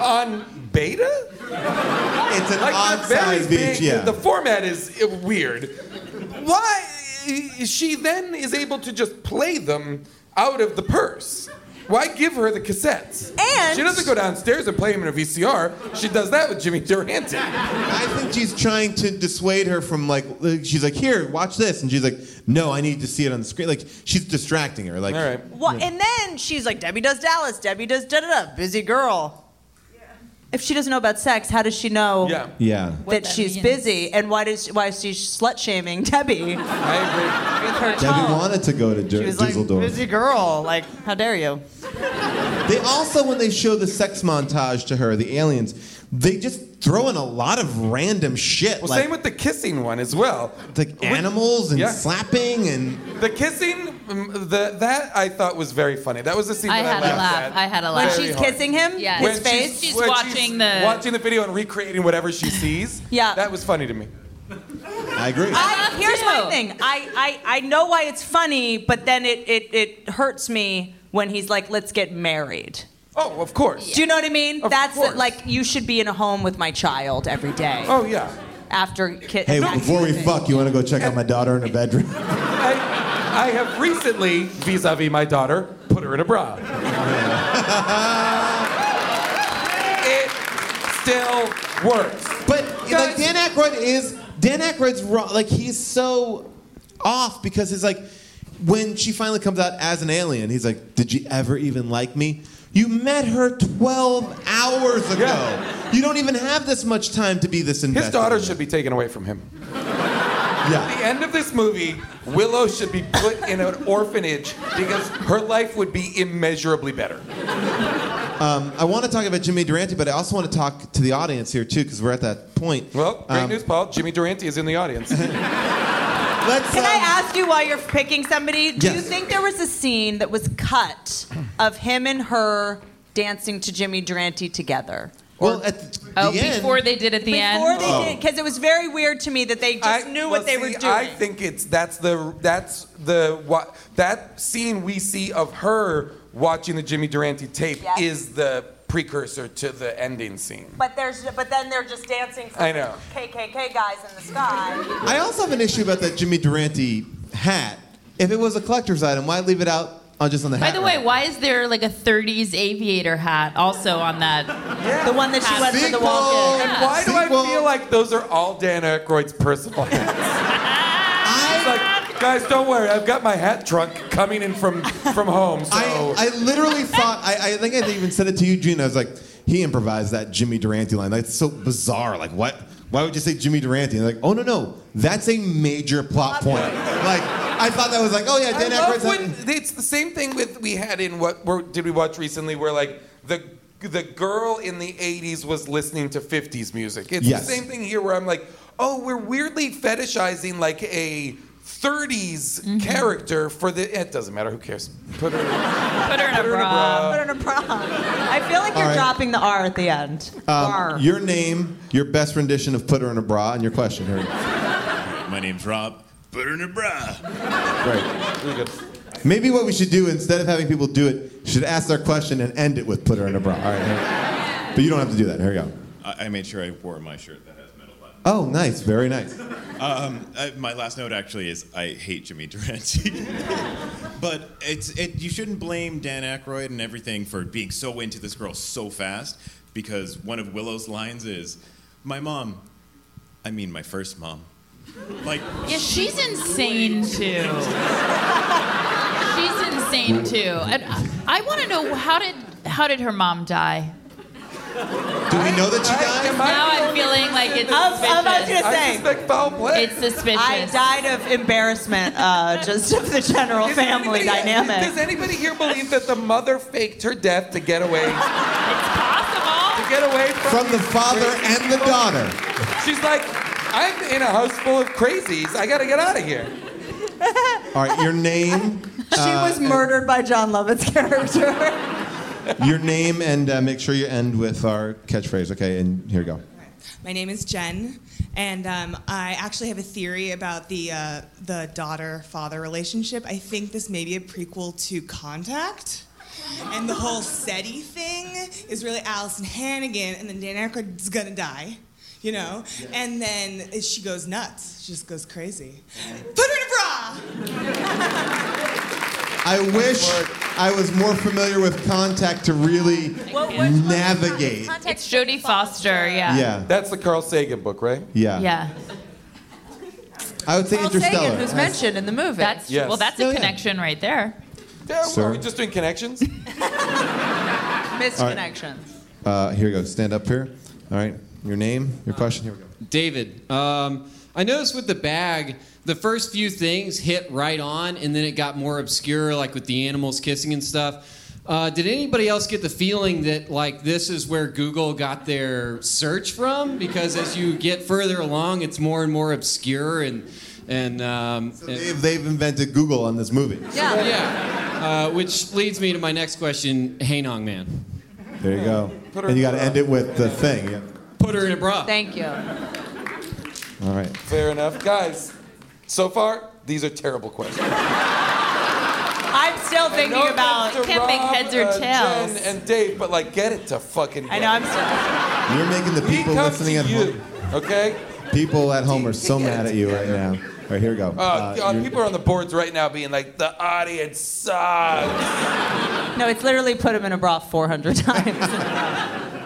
S4: on Beta?
S2: it's an
S4: Like
S2: odd
S4: they're very
S2: size beach.
S4: big,
S2: Yeah.
S4: The format is uh, weird. Why? She then is able to just play them out of the purse. Why give her the cassettes?
S6: And-
S4: she doesn't go downstairs and play them in a VCR. She does that with Jimmy Durante.
S2: I think she's trying to dissuade her from like like, she's like here, watch this, and she's like no, I need to see it on the screen. Like she's distracting her. Like
S4: All right.
S6: Wha- And then she's like, Debbie does Dallas. Debbie does da da da. Busy girl. If she doesn't know about sex, how does she know?
S4: Yeah.
S2: yeah.
S6: That,
S5: that
S6: she's
S5: means.
S6: busy, and why does why is she slut shaming Debbie with
S4: I agree.
S6: her
S2: Debbie
S6: tone?
S2: wanted to go to Jer-
S6: Oh. She was like,
S2: Dusseldorf.
S6: busy girl. Like, how dare you?
S2: They also, when they show the sex montage to her, the aliens, they just throw in a lot of random shit,
S4: Well,
S2: like,
S4: same with the kissing one as well.
S2: like animals and
S4: Yeah.
S2: slapping and.
S4: The kissing, mm, the that I thought was very funny. That was the scene
S5: I had
S4: that I
S5: a
S4: laughed
S5: laugh.
S4: at.
S5: I had a
S6: When
S5: laugh.
S4: Very
S6: she's
S4: hard.
S6: kissing him,
S5: Yeah.
S6: his
S5: When
S6: face.
S5: she's
S4: when
S5: watching the-
S4: watching the video and recreating whatever she sees.
S6: Yeah.
S4: that was funny to me.
S2: I agree.
S6: I, here's my
S5: too.
S6: thing. I, I, I know why it's funny, but then it, it, it hurts me when he's like, let's get married.
S4: Oh, of course.
S6: Do you know what I mean?
S4: Of
S6: That's the-
S4: course.
S6: like you should be in a home with my child every day
S4: Oh yeah.
S6: after kid.
S2: hey, before we fuck, you want to go check out my daughter in her bedroom?
S4: I, I have recently, vis-a-vis my daughter, put her in a bra. it still works.
S2: But like
S4: Guys-
S2: Dan Aykroyd is Dan Aykroyd's wrong. Like he's so off because he's like when she finally comes out as an alien, he's like, Did you ever even like me? You met her 12 hours ago. You don't even have this much time to be this invested.
S4: His daughter should be taken away from him. At the end of this movie, Willow should be put in an orphanage because her life would be immeasurably better.
S2: Um, I want to talk about Jimmy Durante, but I also want to talk to the audience here, too, because we're at that point. Um,
S4: Well, Great news, Paul. Jimmy Durante is in the audience.
S6: Can I ask you while you're picking somebody? Do you
S4: Yes.
S6: think there was a scene that was cut of him and her dancing to Jimmy Durante together?
S2: Well, at the,
S5: Oh, before they did at the end.
S6: Before they
S4: Oh.
S6: did, because it was very weird to me that they just knew what
S4: Well,
S6: they were
S4: see,
S6: doing.
S4: I think it's that's the that's the what that scene we see of her watching the Jimmy Durante tape
S6: Yes.
S4: is the precursor to the ending scene.
S6: but there's, but then they're just dancing for
S4: I know.
S6: KKK guys in the sky.
S2: I also have an issue about that Jimmy Durante hat. If it was a collector's item, why leave it out on just on the
S5: By
S2: hat?
S5: the way, why is there like a 30s aviator hat also on that?
S6: The one that she
S5: Hat.
S6: went for the walk-in.
S4: And why do I feel like those are all Dan Aykroyd's personal hats? It's like, guys, don't worry, I've got my hat trunk coming in from from home. So
S2: I literally thought, I, I think I even said it to you, Gene. I was like, he improvised that Jimmy Durante line. That's so bizarre. Like, what? Why would you say Jimmy Durante? And they're like, oh, no, no. That's a major plot point. Like, I thought that was like, oh, yeah, Dan
S4: I love
S2: Aykroyd's
S4: when it's the same thing with we had in what were, did we watch recently where like the the girl in the 80s was listening to 50s music. It's
S2: Yes.
S4: the same thing here where I'm like, "Oh, we're weirdly fetishizing like a 30s
S6: Mm-hmm.
S4: character for the it doesn't matter who cares. Put her
S6: Put her in a
S4: bra.
S6: Put her in a bra. I feel like
S2: All
S6: you're
S2: right.
S6: dropping the R at the end. R.
S2: Um, your name, your best rendition of Put Her in a Bra, and your question here.
S13: My name's Rob. Put her in a bra.
S2: Right. Maybe what we should do instead of having people do it, should ask their question and end it with "Put her in a bra." All right. here. But you don't have to do that. Here we go.
S13: I, I made sure I wore my shirt that has metal buttons.
S2: Oh, nice. Very nice.
S13: Um, I, my last note actually is I hate Jimmy Durante, but it's it. You shouldn't blame Dan Aykroyd and everything for being so into this girl so fast because one of Willow's lines is, "My mom, I mean my first mom." Like
S5: Yeah, she's insane too. She's insane too. And I, I want to know how did how did her mom die?
S2: Do we know that she
S4: died?
S5: Now I'm feeling like it's
S6: I was-
S5: suspicious.
S6: I was gonna say. I
S4: suspect foul play.
S5: It's suspicious.
S6: I died of embarrassment, uh, just of the general
S4: Is
S6: family
S4: anybody-
S6: dynamic.
S4: Does anybody here believe that the mother faked her death to get away? it's possible. To get away from,
S2: From the father and the daughter.
S4: She's like, I'm in a house full of crazies. I gotta get out of here.
S2: All right. Your name.
S6: She
S2: Uh,
S6: was murdered by John Lovett's character.
S2: Your name, and uh, make sure you end with our catchphrase. Okay. And here we go.
S14: My name is Jen, and um, I actually have a theory about the uh, the daughter father relationship. I think this may be a prequel to Contact, and the whole SETI thing is really Allison Hannigan, and then Dan Aykroyd's gonna die, you know, and then she goes nuts. She just goes crazy. Put her in a bra.
S2: I wish I was more familiar with contact to really navigate.
S5: It's Jodie Foster. Yeah.
S2: Yeah.
S4: That's the Carl Sagan book, right?
S2: Yeah.
S5: Yeah.
S2: I would say Interstellar.
S5: who's
S2: That's-
S5: mentioned in the movie. That's
S4: Yes.
S5: well, that's a
S4: No, yeah.
S5: connection right there.
S4: Yeah,
S2: Sir?
S4: Are we just doing connections?
S6: Missed
S2: All right.
S6: connections.
S2: Uh, here you go. Stand up here. All right. Your name, your question. Here we go.
S15: David, um, I noticed with the bag, the first few things hit right on, and then it got more obscure, like with the animals kissing and stuff. Uh, did anybody else get the feeling that like this is where Google got their search from? Because as you get further along, it's more and more obscure, and and um,
S2: They've, they've invented Google on this movie.
S15: yeah, yeah. Uh, which leads me to my next question: Hey, Nong Man,
S2: There you go.
S15: Put her
S2: And you got to
S15: in a
S2: end it with the thing. Yeah.
S15: put her in a bra.
S6: Thank you.
S2: All right.
S4: Fair enough. Guys, so far, these are terrible questions.
S6: I'm still thinking
S4: No
S6: about
S4: offense to
S6: can't make
S4: Rob,
S6: heads or
S4: uh,
S6: tails.
S4: Jen and Dave, but like, get it to fucking.
S6: I know I'm still.
S2: You're making the people
S4: come
S2: listening
S4: to
S2: at
S4: you,
S2: home.
S4: Okay.
S2: People at home are so mad at you right now. All right, here we go.
S4: Uh, God, people are on the boards right now, being like, the audience sucks.
S6: No, it's literally put him in a bra 400 times.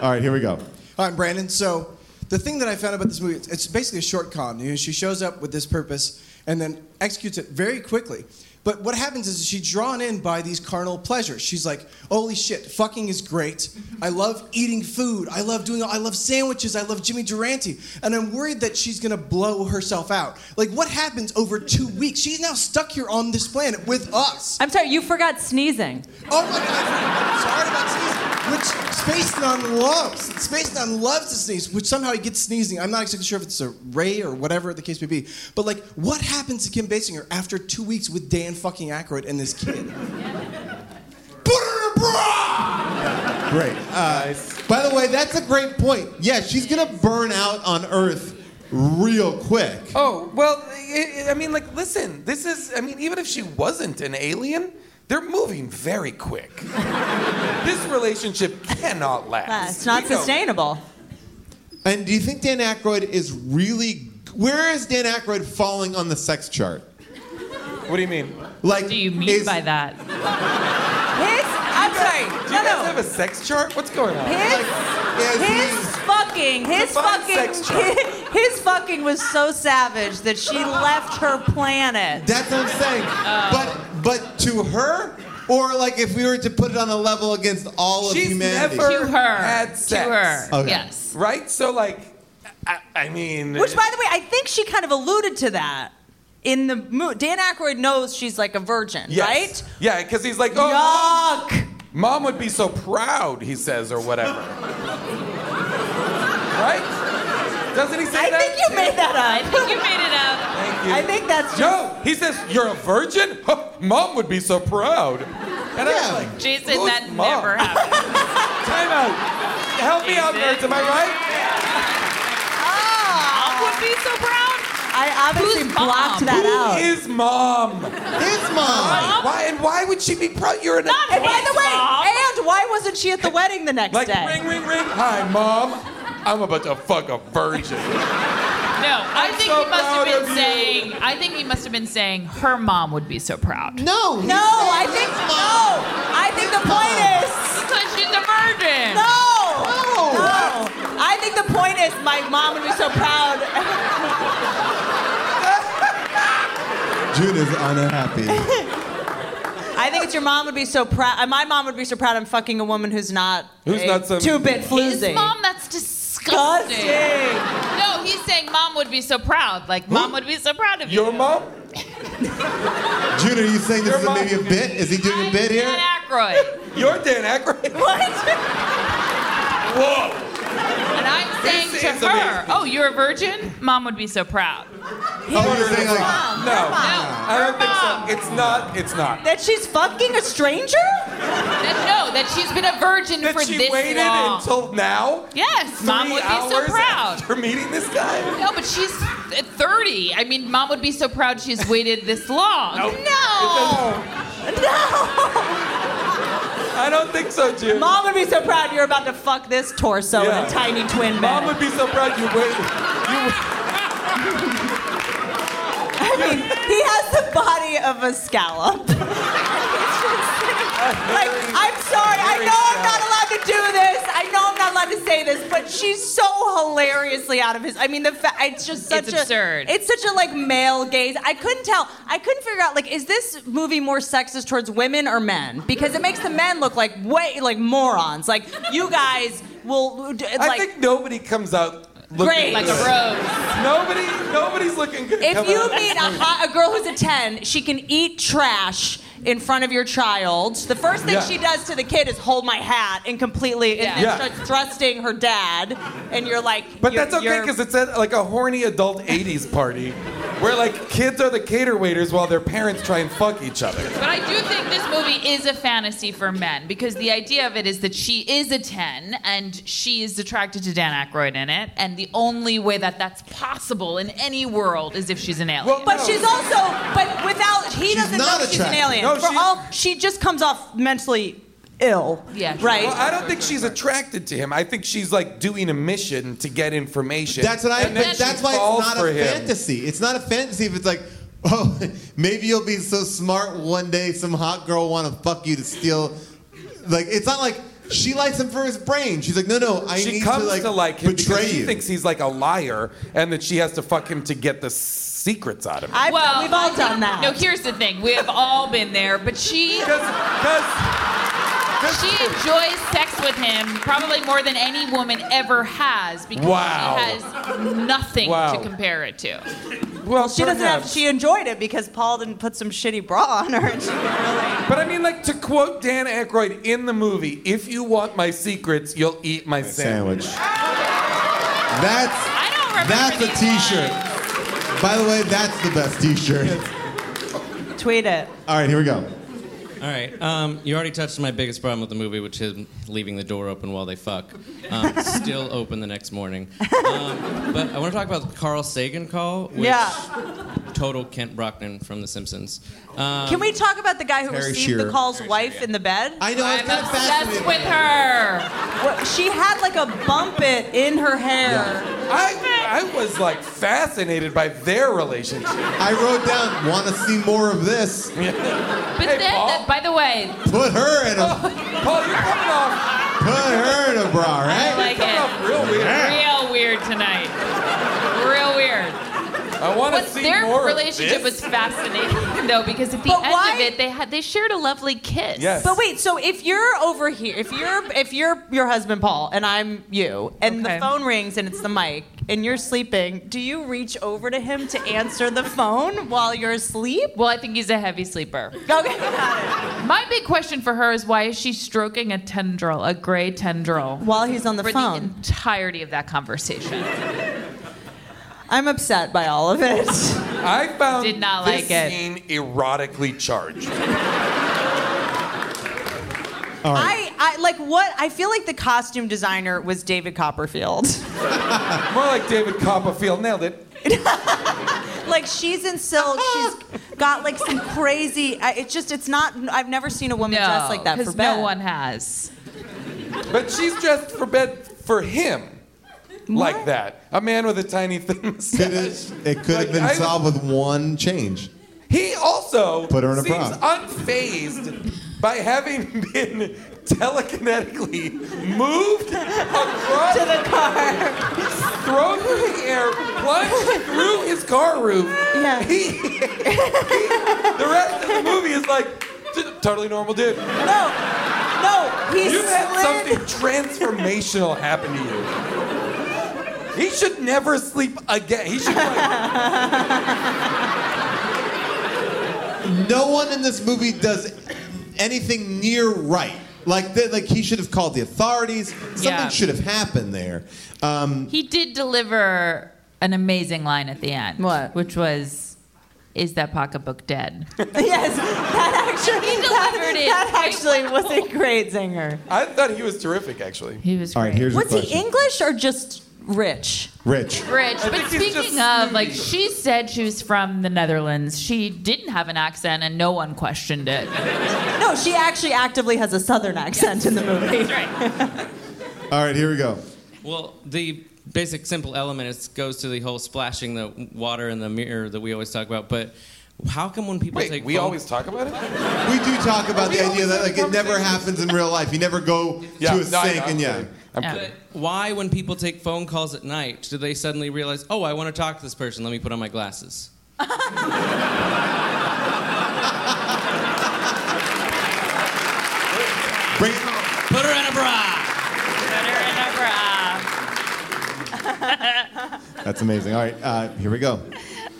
S2: all right, here we go.
S16: Hi, I'm Brandon. So, the thing that I found about this movie, it's- it's basically a short con. You know, she shows up with this purpose and then executes it very quickly. But what happens is she's drawn in by these carnal pleasures. She's like, holy shit, fucking is great. I love eating food. I love doing, I love sandwiches. I love Jimmy Durante. And I'm worried that she's gonna blow herself out. Like, what happens over two weeks? She's now stuck here on this planet with us.
S6: I'm sorry, you forgot sneezing.
S16: Oh my god, sorry about sneezing. Which Space Nun loves. Space Nun loves to sneeze, which somehow he gets sneezing. I'm not exactly sure if it's a ray or whatever the case may be. But like, what happens to Kim Basinger after two weeks with Dan fucking Aykroyd and this kid?
S2: Great. Uh, by the way, that's a great point. Yeah, she's gonna burn out on Earth real quick.
S4: Oh, well, i i I mean, like, listen, this is, I mean, even if she wasn't an alien, they're moving very quick. this relationship cannot last.
S6: Uh, It's not
S4: We know-
S6: sustainable.
S2: And do you think Dan Aykroyd is really? Where is Dan Aykroyd falling on the sex chart?
S4: What do you mean?
S2: Like, what do you mean
S4: by
S5: that?
S6: His, I'm sorry,
S4: Do you
S6: no,
S4: guys
S6: no.
S4: have a sex chart? What's going on?
S6: His, his fucking, his
S4: Define
S6: fucking,
S4: sex chart.
S6: his, fucking was so savage that she left her planet. Uh,
S2: That's what I'm saying. But but to her, or like if we were to put it on a level against all of
S4: She's
S2: humanity.
S4: never had
S6: To
S4: sex.
S6: her,
S2: Okay.
S6: yes.
S4: Right? So, like, I, I mean.
S6: Which, by the way, I think she kind of alluded to that in the movie. Dan Aykroyd knows she's like a virgin,
S4: Yes.
S6: right?
S4: Yeah, because he's like, oh, Mom, mom would be so proud, he says, or whatever. right? Doesn't he say
S6: I
S4: that?
S6: think you made that up.
S10: I think you made it up.
S4: Thank you.
S6: I think that's
S4: Yo, he says, you're a virgin? Huh, mom would be so proud. And I was like,
S10: Jason,
S4: Who's
S10: that
S4: mom?
S10: never happened.
S4: time out. Help me out, nerds, am I right?
S10: Mom would be so proud.
S6: I obviously blocked that out.
S4: Who is mom?
S2: His mom.
S4: Why, and why would she be proud? You're an
S6: Not and by the way, and why wasn't she at the wedding the next
S4: Like,
S6: day?
S4: ring, ring, ring. Hi, mom. I'm about to fuck a virgin.
S5: No, I think
S4: so
S5: he must
S4: proud
S5: have
S4: of
S5: been
S4: you.
S5: saying. I think he must have been saying her mom would be so proud.
S2: No,
S6: No, I think no. I think the point is
S5: because she's a virgin. Oh.
S6: No. No. I think the point is my mom would be so proud.
S2: June is unhappy.
S6: I think it's your mom would be so proud. Uh, My mom would be so proud. I'm fucking a woman who's not
S4: Who's
S6: a
S4: not some-
S6: two-bit floozy.
S5: His mom, that's disgusting.
S6: Disgusting.
S5: No, he's saying mom would be so proud. Like mom would be so proud of
S4: Your
S5: you.
S4: mom?
S2: June, are you saying this is maybe a bit? Is he doing a bit here?
S5: Dan Aykroyd.
S4: You're Dan Aykroyd.
S6: What?
S4: Whoa.
S5: And I'm saying
S4: This
S5: to
S4: is
S5: her,
S4: amazing.
S5: "Oh, you're a virgin. Mom would be so proud."
S2: Oh, you're saying like,
S4: No, I don't think so. It's not. It's not.
S6: That she's fucking a stranger?
S5: That no, that she's been a virgin
S4: That
S5: for
S4: she
S5: this
S4: waited
S5: long.
S4: until now.
S5: yes, mom
S4: three
S5: would be
S4: hours
S5: so proud.
S4: after meeting this guy.
S5: No, but she's at 30. I mean, mom would be so proud she's waited this long.
S4: Nope.
S6: No. No.
S4: I don't think so, June.
S6: Mom would be so proud you're about to fuck this torso in
S4: Yeah.
S6: a tiny twin bed.
S4: Mom would be so proud you waited.
S6: I mean, he has the body of a scallop. like, I'm sorry. I know I'm not allowed to do this. I know I'm not allowed to say this, but she's so hilariously out of his. I mean, the fa- it's just such
S5: It's
S6: a,
S5: absurd.
S6: It's such a like male gaze. I couldn't tell. I couldn't figure out like, is this movie more sexist towards women or men? Because it makes the men look like way like morons. Like you guys will d-
S4: I
S6: like.
S4: think nobody comes out looking
S6: Great.
S5: Like
S4: good.
S5: a rose.
S4: Nobody, nobody's looking good.
S6: If
S4: coming
S6: you
S4: out.
S6: meet a, hot, a girl who's a 10, she can eat trash in front of your child. The first thing
S4: Yeah.
S6: she does to the kid is hold my hat and completely and
S4: Yeah.
S6: then starts thrusting her dad. And you're like,
S4: But
S6: you're-
S4: that's okay
S6: you're-
S4: because it's at like a horny adult 80s party where like kids are the cater waiters while their parents try and fuck each other.
S5: But I do think this movie is a fantasy for men because the idea of it is that she is a 10 and she is attracted to Dan Aykroyd in it. And the only way that that's possible in any world is if she's an alien.
S6: But she's also, but without, he doesn't know
S2: not
S6: she's an
S2: attractive.
S6: alien.
S4: No,
S6: For
S4: she-
S6: all, she just comes off mentally ill.
S5: Yeah, she-
S6: Right?
S4: Well, I don't think she's attracted to him. I think she's like doing a mission to get information.
S2: that's what I.
S4: And then
S2: But
S4: she
S2: that's why
S4: falls
S2: it's not
S4: for
S2: a
S4: him.
S2: fantasy. It's not a fantasy if it's like, oh, maybe you'll be so smart one day some hot girl will want to fuck you to steal. Like it's not like she likes him for his brain. She's like, no, no, I
S4: she
S2: need
S4: comes
S2: to like,
S4: him because
S2: betray
S4: she
S2: you.
S4: thinks he's like a liar and that she has to fuck him to get the s- secrets out of me.
S6: I've- we've all done that.
S5: No, here's the thing. We have all been there, but she. She enjoys sex with him probably more than any woman ever has because
S6: Wow.
S5: she has nothing
S6: Wow.
S5: to compare it to.
S4: Well,
S6: she doesn't have.
S4: perhaps.
S6: She enjoyed it because Paul didn't put some shitty bra on her. And she
S4: But I mean, like to quote Dan Aykroyd in the movie, "If you want my secrets, you'll eat my sandwich."
S2: That's that's a T-shirt. By the way, that's the best T-shirt.
S6: tweet it.
S2: All right, here we go.
S17: All right. Um, you already touched on my biggest problem with the movie, which is leaving the door open while they fuck. Um, still open the next morning. Um, but I want to talk about the Carl Sagan call. Which
S6: Yeah.
S17: Total Kent Brockman from The Simpsons. Um,
S6: Can we talk about the guy who
S17: Harry
S6: received
S17: Shearer.
S6: the call's wife in the bed? I know. I'm obsessed with
S5: her.
S6: What, she had like a bump it in her hair.
S4: I I was like fascinated by their relationship.
S2: I wrote down, "Want to see more of this?"
S5: But then, by the way,
S2: Put her in
S4: Oh.
S2: a
S4: Paul, you're coming off
S2: put her in a bra,
S5: I
S2: right?
S5: like it.
S4: real weird.
S5: Real weird tonight. Real weird.
S4: I want to
S5: But
S4: see
S5: their
S4: more of
S5: relationship was
S4: this.
S5: fascinating though because at the end of it they had they shared a lovely kiss.
S6: But wait, so if you're over here, if you're if you're your husband Paul and I'm you, and the phone rings and it's the mic and you're sleeping, do you reach over to him to answer the phone while you're asleep?
S5: Well, I think he's a heavy sleeper.
S6: Okay.
S5: My big question for her is why is she stroking a tendril, a gray tendril,
S6: while he's on the
S5: for
S6: phone?
S5: The entirety of that conversation.
S6: I'm upset by all of it.
S4: I found
S5: Did not
S4: this
S5: like it.
S4: scene erotically charged.
S6: I, I like what I feel like the costume designer was David Copperfield.
S4: More like David Copperfield nailed it.
S6: like she's in silk, she's got like some crazy. I- It's just it's not. I've never seen a woman dressed like that for
S5: 'cause
S6: bed.
S5: no one has.
S4: But she's dressed for bed for him. Like that. A man with a tiny thin mustache.
S2: It could have been
S4: I-
S2: solved with one change.
S4: He also
S2: Put her in a
S4: seems
S2: bra.
S4: unfazed by having been telekinetically moved across
S6: to the car,
S4: thrown through the air, plunged through his car roof.
S6: Yeah.
S4: He, he- the rest of the movie is like "T- totally normal dude.
S6: No, no, he
S4: You had
S6: slid-
S4: something transformational happen to you. He should never sleep again. He should
S2: No one in this movie does anything near right. Like, they, like he should have called the authorities. Something
S5: Yeah.
S2: should have happened there. Um,
S5: He did deliver an amazing line at the end. What? Which was, "Is that pocketbook dead?"
S6: yes, that actually
S5: delivered it.
S6: that, that actually was a great singer.
S4: I thought he was terrific, actually.
S5: He was
S2: All right, here's
S6: Was
S2: your
S6: he
S2: question.
S6: English or just rich?
S2: Rich.
S5: Rich,
S6: I
S5: but
S6: think he's just
S5: speaking of, like, she said she was from the Netherlands. She didn't have an accent, and no one questioned it.
S6: No, she actually actively has a southern accent in the movie.
S2: All right, here we go.
S17: Well, the basic simple element is goes to the whole splashing the water in the mirror that we always talk about. But how come when people
S4: Wait,
S17: take
S4: we
S17: phone-
S4: always talk about it?
S2: We do talk about the idea that like it never happens in real life. You never go to a
S17: no, I know,
S2: sink
S17: I'm
S2: and yeah.
S17: kidding. But Why, when people take phone calls at night, do they suddenly realize, oh, I want to talk to this person? Let me put on my glasses.
S2: Bring
S17: Put her in a bra.
S2: That's amazing. All right, uh, here we go.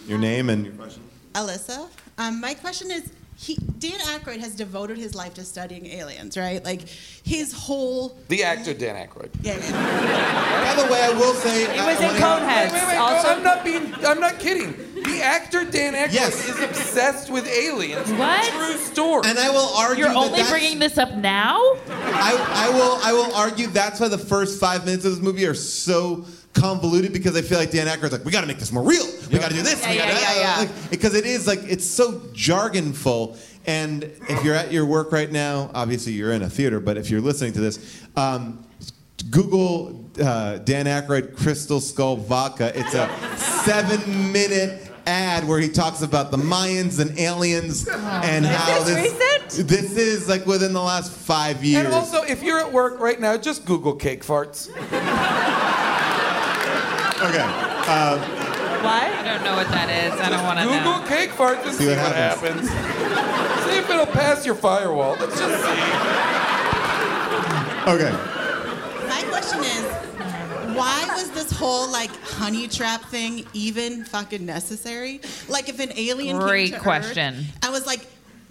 S2: Your name and your question.
S18: Alyssa. Um, my question is, he, Dan Aykroyd has devoted his life to studying aliens, right? Like his whole
S4: The actor Dan Aykroyd.
S18: yeah.
S2: By the way, I will say
S4: He was in Coneheads. Wait, wait, wait, also- I'm not being. I'm not kidding. The actor Dan Aykroyd is obsessed with aliens.
S5: What?
S4: True story.
S2: And I will argue
S5: You're
S2: that
S5: only
S2: that's-
S5: bringing this up now?
S2: I, I will I will argue that's why the first five minutes of this movie are so convoluted because I feel like Dan Aykroyd's like we got to make this more real. We got to do this.
S18: Yeah,
S2: we
S18: yeah,
S2: gotta,
S18: yeah, yeah.
S2: Like, because it is like it's so jargonful. And if you're at your work right now, obviously you're in a theater. But if you're listening to this, um, Google uh, Dan Aykroyd Crystal Skull Vodka. It's a seven-minute ad where he talks about the Mayans and aliens and
S4: Is
S2: how
S4: this
S2: recent? this is like within the last five years.
S4: And also, if you're at work right now, just Google cake farts.
S2: Okay. Uh,
S5: I don't know what that is. I don't want to know.
S4: Google cake fart to see,
S2: See what
S4: what happens. see if it'll pass your firewall. Let's just see.
S2: Okay.
S18: My question is, why was this whole like honey trap thing even fucking necessary? Like, if an alien
S5: Great
S18: came to
S5: question.
S18: Earth, I was like.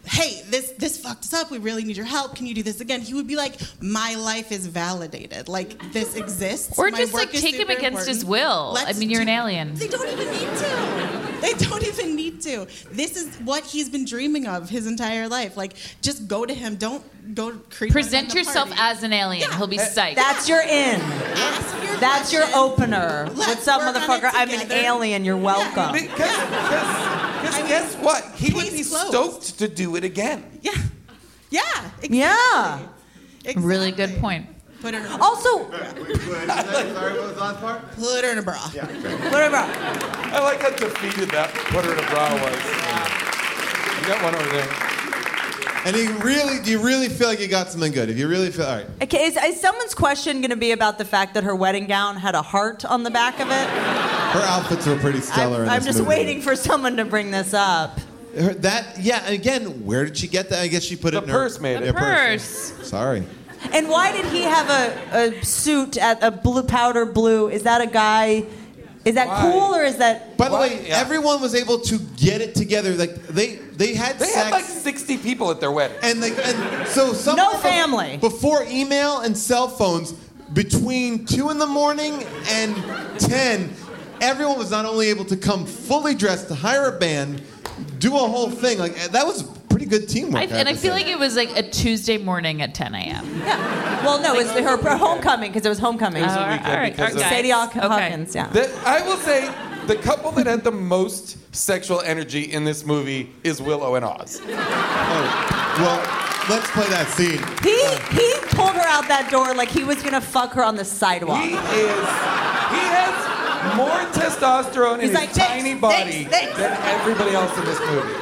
S18: Hey, this this fucked us up. We really need your help. Can you do this again? He would be like, "My life is validated. Like this exists."
S5: Or
S18: My
S5: just like
S18: work is
S5: take him
S18: super
S5: against his
S18: important.
S5: will.
S18: Let's
S5: I mean, you're an alien.
S18: They don't even need to. They don't even need to. This is what he's been dreaming of his entire life. Like, just go to him. Don't go creep.
S5: Present yourself as an alien. He'll be psyched.
S6: That's your in. That's your opener. What's up, motherfucker? I'm an alien. You're welcome.
S4: Because guess what? He would be stoked to do it again.
S18: Yeah.
S6: Yeah.
S5: Really good point.
S18: Put her in a
S6: Also,
S2: Sorry, what was the last part?
S18: Put her in a bra.
S6: Put her in a bra.
S4: I like how defeated that put her in a bra was. You got one over there.
S2: And you really, do you really feel like you got something good? If you really feel, all right.
S6: Okay, is, is someone's question going to be about the fact that her wedding gown had a heart on the back of it?
S2: Her outfits were pretty stellar. in
S6: I'm
S2: this
S6: just
S2: movie.
S6: waiting for someone to bring this up.
S2: Her, that, yeah. and Again, where did she get that? I guess she put it in her
S4: purse, made
S2: yeah,
S4: it.
S2: Sorry.
S6: And why did he have a, a suit at a blue powder blue? Is that a guy? Is that cool or is that?
S2: By the way, everyone was able to get it together. Like they, they had
S4: They
S2: sex.
S4: had like 60 people at their wedding.
S2: and like, and so some
S6: No family.
S2: before email and cell phones between two in the morning and ten. Everyone was not only able to come fully dressed to hire a band, do a whole thing. Like that was pretty good
S4: Oh
S2: teamwork.
S5: I,
S2: I have
S5: and I
S2: to
S5: feel
S2: say.
S5: like it was like a Tuesday morning at 10 a.m.
S6: Well, no, it's her, her homecoming because it was homecoming.
S4: It was a Oh, weekend all right, because all of- right,
S6: Sadie
S4: guys.
S6: Haw- Hawkins, yeah.
S4: The- I will say the couple that had the most sexual energy in this movie is Willow and Oz.
S2: Oh, well, let's play that scene.
S6: He he pulled her out that door like he was gonna fuck her on the sidewalk.
S4: He is. He has more testosterone in
S6: He's
S4: his
S6: like, "Thanks,
S4: tiny body
S6: thanks, thanks."
S4: than everybody else in this movie.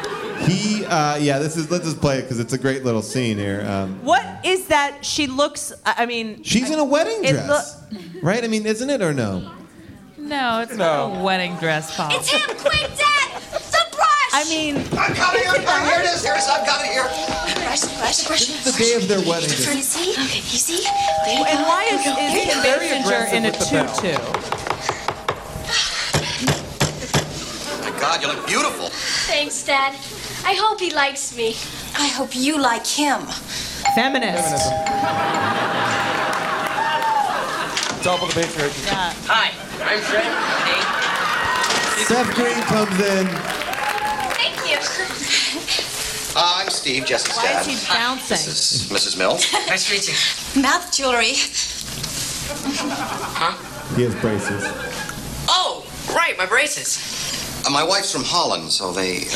S2: He, uh, yeah, this is. Let's just play it because it's a great little scene here. Um,
S6: What is that? She looks. I I mean,
S2: she's in a wedding
S6: it
S2: dress, right? I mean, isn't it or no?
S5: No, it's not a wedding dress, Paul.
S8: It's him! Quick, Dad! The brush!
S6: I mean,
S8: I'm
S9: coming, I'm coming. Here it is, here it is, I've got it here.
S8: Brush, brush, brush.
S2: The day of their wedding.
S8: Trying to see? You see? There you
S6: And
S8: go.
S6: why
S8: There
S6: is-
S8: you go.
S6: is
S8: There you
S6: Kim
S8: go.
S6: Very Basinger in a tutu?
S9: Oh My God, you look beautiful.
S8: Thanks, Dad. I hope he likes me. I hope you like him.
S6: feminist.
S4: Double the patriarchy.
S11: Hi, I'm Fred. Hey.
S2: Seth Green comes in.
S8: Thank you.
S9: Uh, I'm Steve, Jesse's
S8: Why
S9: dad.
S8: is he bouncing?
S9: Mrs. Mrs. Mills.
S11: Nice to meet you.
S8: Mouth jewelry.
S2: He has braces.
S11: Oh, right, my braces.
S9: Uh, my wife's from Holland, so they. Uh,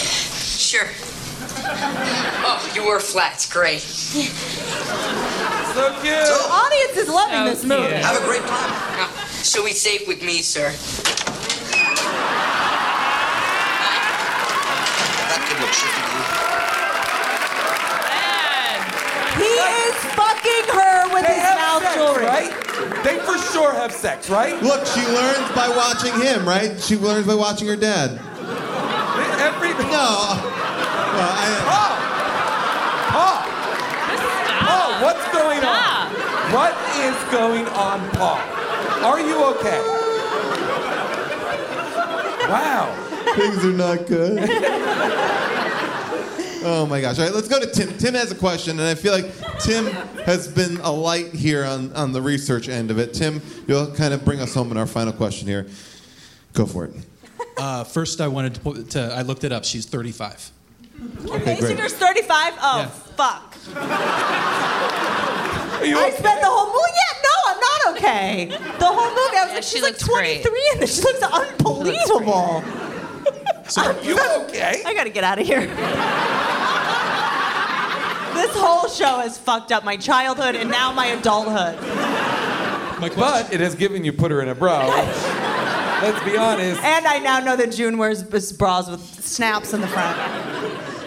S11: Sure. Oh, you wear flats. Great.
S4: So cute.
S6: The audience is loving this movie.
S11: Have a great time. Now, she'll be safe with me, sir.
S9: that kid looks shifty to you.
S6: He is fucking her with his mouth jewelry.
S4: Right? They for sure have sex, right?
S2: Look, she learns by watching him, right? She learns by watching her dad.
S4: Every no.
S2: Oh,
S4: Paul.
S2: uh,
S4: Paul, what's going on? What is going on, Paul? Are you okay? Wow.
S2: Things are not good. oh my gosh. All right, let's go to Tim. Tim has a question, and I feel like Tim has been a light here on, on the research end of it. Tim, you'll kind of bring us home in our final question here. Go for it.
S7: Uh, first, I wanted to, put, to. I looked it up. She's 35.
S2: Okay, great.
S6: Singer's 35. Oh fuck.
S4: you
S6: I spent the whole movie. Yeah, no, I'm not okay. The whole movie, I was like, she's like 23 and this. She looks unbelievable.
S4: Are you okay?
S6: I gotta get out of here. this whole show has fucked up my childhood and now my adulthood.
S4: But it has given you put her in a bra. which, Let's be honest.
S6: And I now know that June wears b- bras with snaps in the front.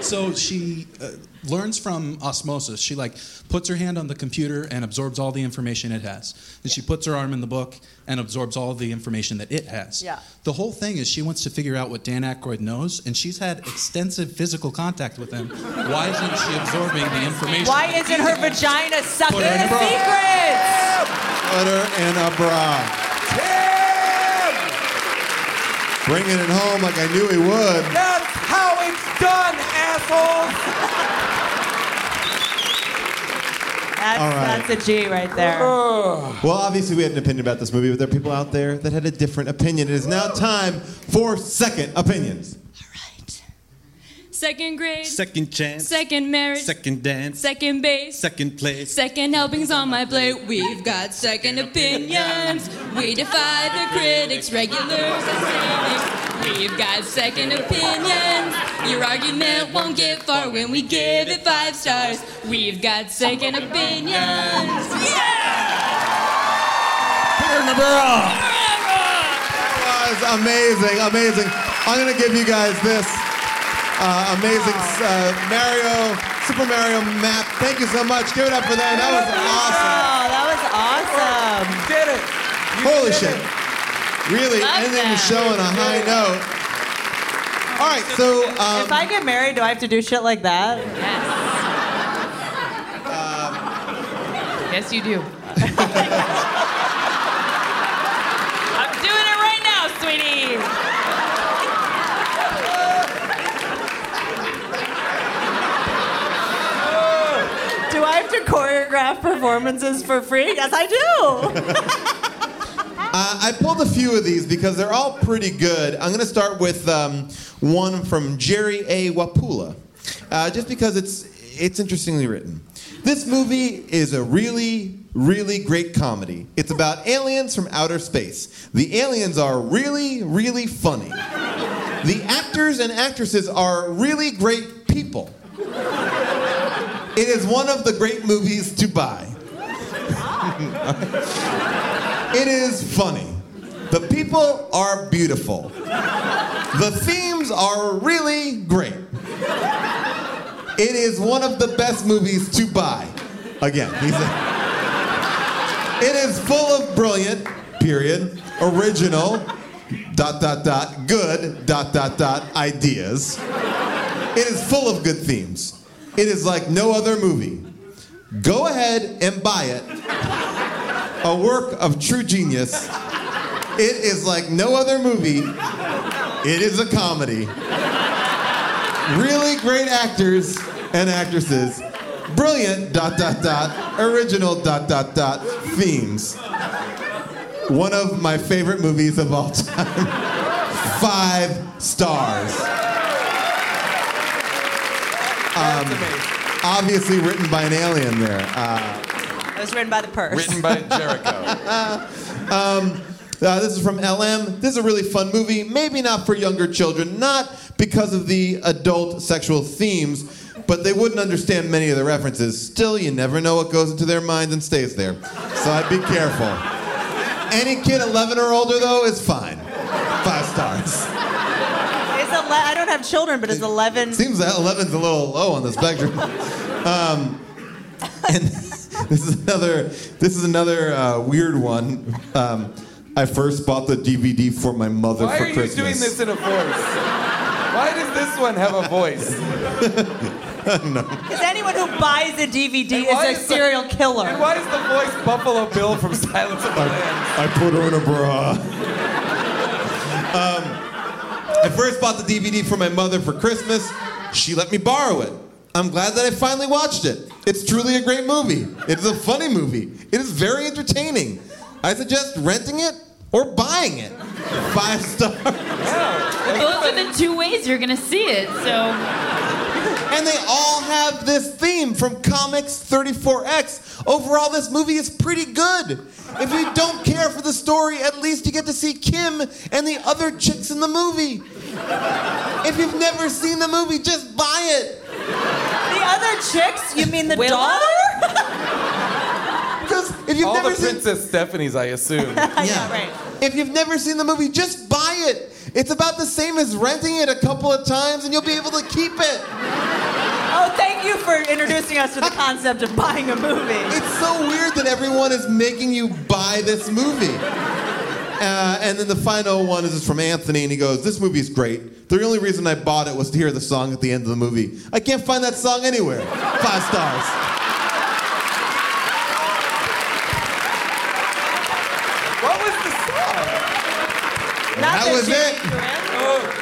S7: So she, uh, learns from osmosis. She like puts her hand on the computer and absorbs all the information it has. Then she puts her arm in the book and absorbs all the information that it has.
S19: Yeah.
S7: The whole thing is she wants to figure out what Dan Aykroyd knows, and she's had extensive physical contact with him. Why isn't she absorbing the information?
S6: Why isn't her vagina sucking the secrets?
S2: Butter in a bra. Bringing it home like I knew he would.
S19: That's how it's done, assholes.
S6: That's,
S2: All right.
S6: that's a G right there.
S2: Well, obviously, we had an opinion about this movie, but there are people out there that had a different opinion. It is now time for second opinions.
S20: Second grade.
S21: Second chance.
S20: Second marriage.
S21: Second dance.
S20: Second base.
S21: Second place.
S20: Second helpings on my plate. We've got second opinions. We defy the critics, regulars, and cynics. We've got second opinions. Your argument won't get far when we give it five stars. We've got second opinions.
S19: bra.
S2: That was amazing, amazing. I'm gonna give you guys this uh, amazing uh, Mario, Super Mario map. Thank you so much. Give it up for them. That was awesome.
S6: that was awesome.
S19: Did it.
S2: Holy shit. Really
S6: Love
S2: ending the
S6: that.
S2: show on a high note. All right, so um,
S6: if I get married, do I have to do shit like that?
S2: Um,
S5: Yes, you do.
S10: I'm doing it right now, sweetie.
S6: Do I have to choreograph performances for free? Yes, I do.
S2: Uh, I pulled a few of these because they're all pretty good. I'm going to start with um, one from Jerry A. Wapula, uh, just because it's it's interestingly written. This movie is a really, really great comedy. It's about aliens from outer space. The aliens are really, really funny. The actors and actresses are really great people. It is one of the great movies to buy. It is funny. The people are beautiful. The themes are really great. It is one of the best movies to buy. Again, he's a- it is full of brilliant, period, original, dot, dot, dot, good, dot, dot, dot, ideas. It is full of good themes. It is like no other movie. Go ahead and buy it a work of true genius. It is like no other movie. It is a comedy. Really great actors and actresses. Brilliant dot dot dot original dot dot dot themes. One of my favorite movies of all time. Five stars. Um, obviously written by an alien there. Uh,
S6: It was written by the purse.
S2: Written by Jericho. um, uh, this is from LM. This is a really fun movie. Maybe not for younger children, not because of the adult sexual themes, but they wouldn't understand many of the references. Still, you never know what goes into their minds and stays there. So I'd be careful. Any kid 11 or older, though, is fine. Five stars.
S6: It's ele- I don't have children, but it's 11.
S2: Seems that 11's a little low on the spectrum. Um, and this is another. This is another uh, weird one. Um, I first bought the DVD for my mother
S4: Why
S2: for
S4: are you
S2: Christmas.
S4: doing this in a voice? Why does this one have a voice?
S6: Because anyone who buys a DVD
S4: why
S6: is a
S4: is the-
S6: serial killer.
S4: And why is the voice Buffalo Bill from Silence of the Lambs?
S2: I put her in a bra. um, I first bought the DVD for my mother for Christmas. She let me borrow it. I'm glad that I finally watched it. It's truly a great movie. It is a funny movie. It is very entertaining. I suggest renting it or buying it. Five stars.
S5: Those are the two ways you're gonna see it. So
S2: And they all have this theme from Comics 34X. Overall, this movie is pretty good. If you don't care for the story, at least you get to see Kim and the other chicks in the movie. If you've never seen the movie, just buy it.
S6: The other chicks? You mean the
S2: Willow?
S6: daughter?
S2: Because if you've
S4: All
S2: never
S4: the
S2: seen
S4: Princess Stephanie's, I assume.
S6: yeah, right.
S2: If you've never seen the movie, just buy it. It's about the same as renting it a couple of times and you'll be able to keep it.
S6: Oh, Oh, thank you for introducing us to the concept of buying a movie.
S2: It's so weird that everyone is making you buy this movie. Uh, and then the final one is just from Anthony, and he goes, This movie is great. The only reason I bought it was to hear the song at the end of the movie. I can't find that song anywhere. Five stars.
S4: What was the song?
S2: That was it.
S4: Oh.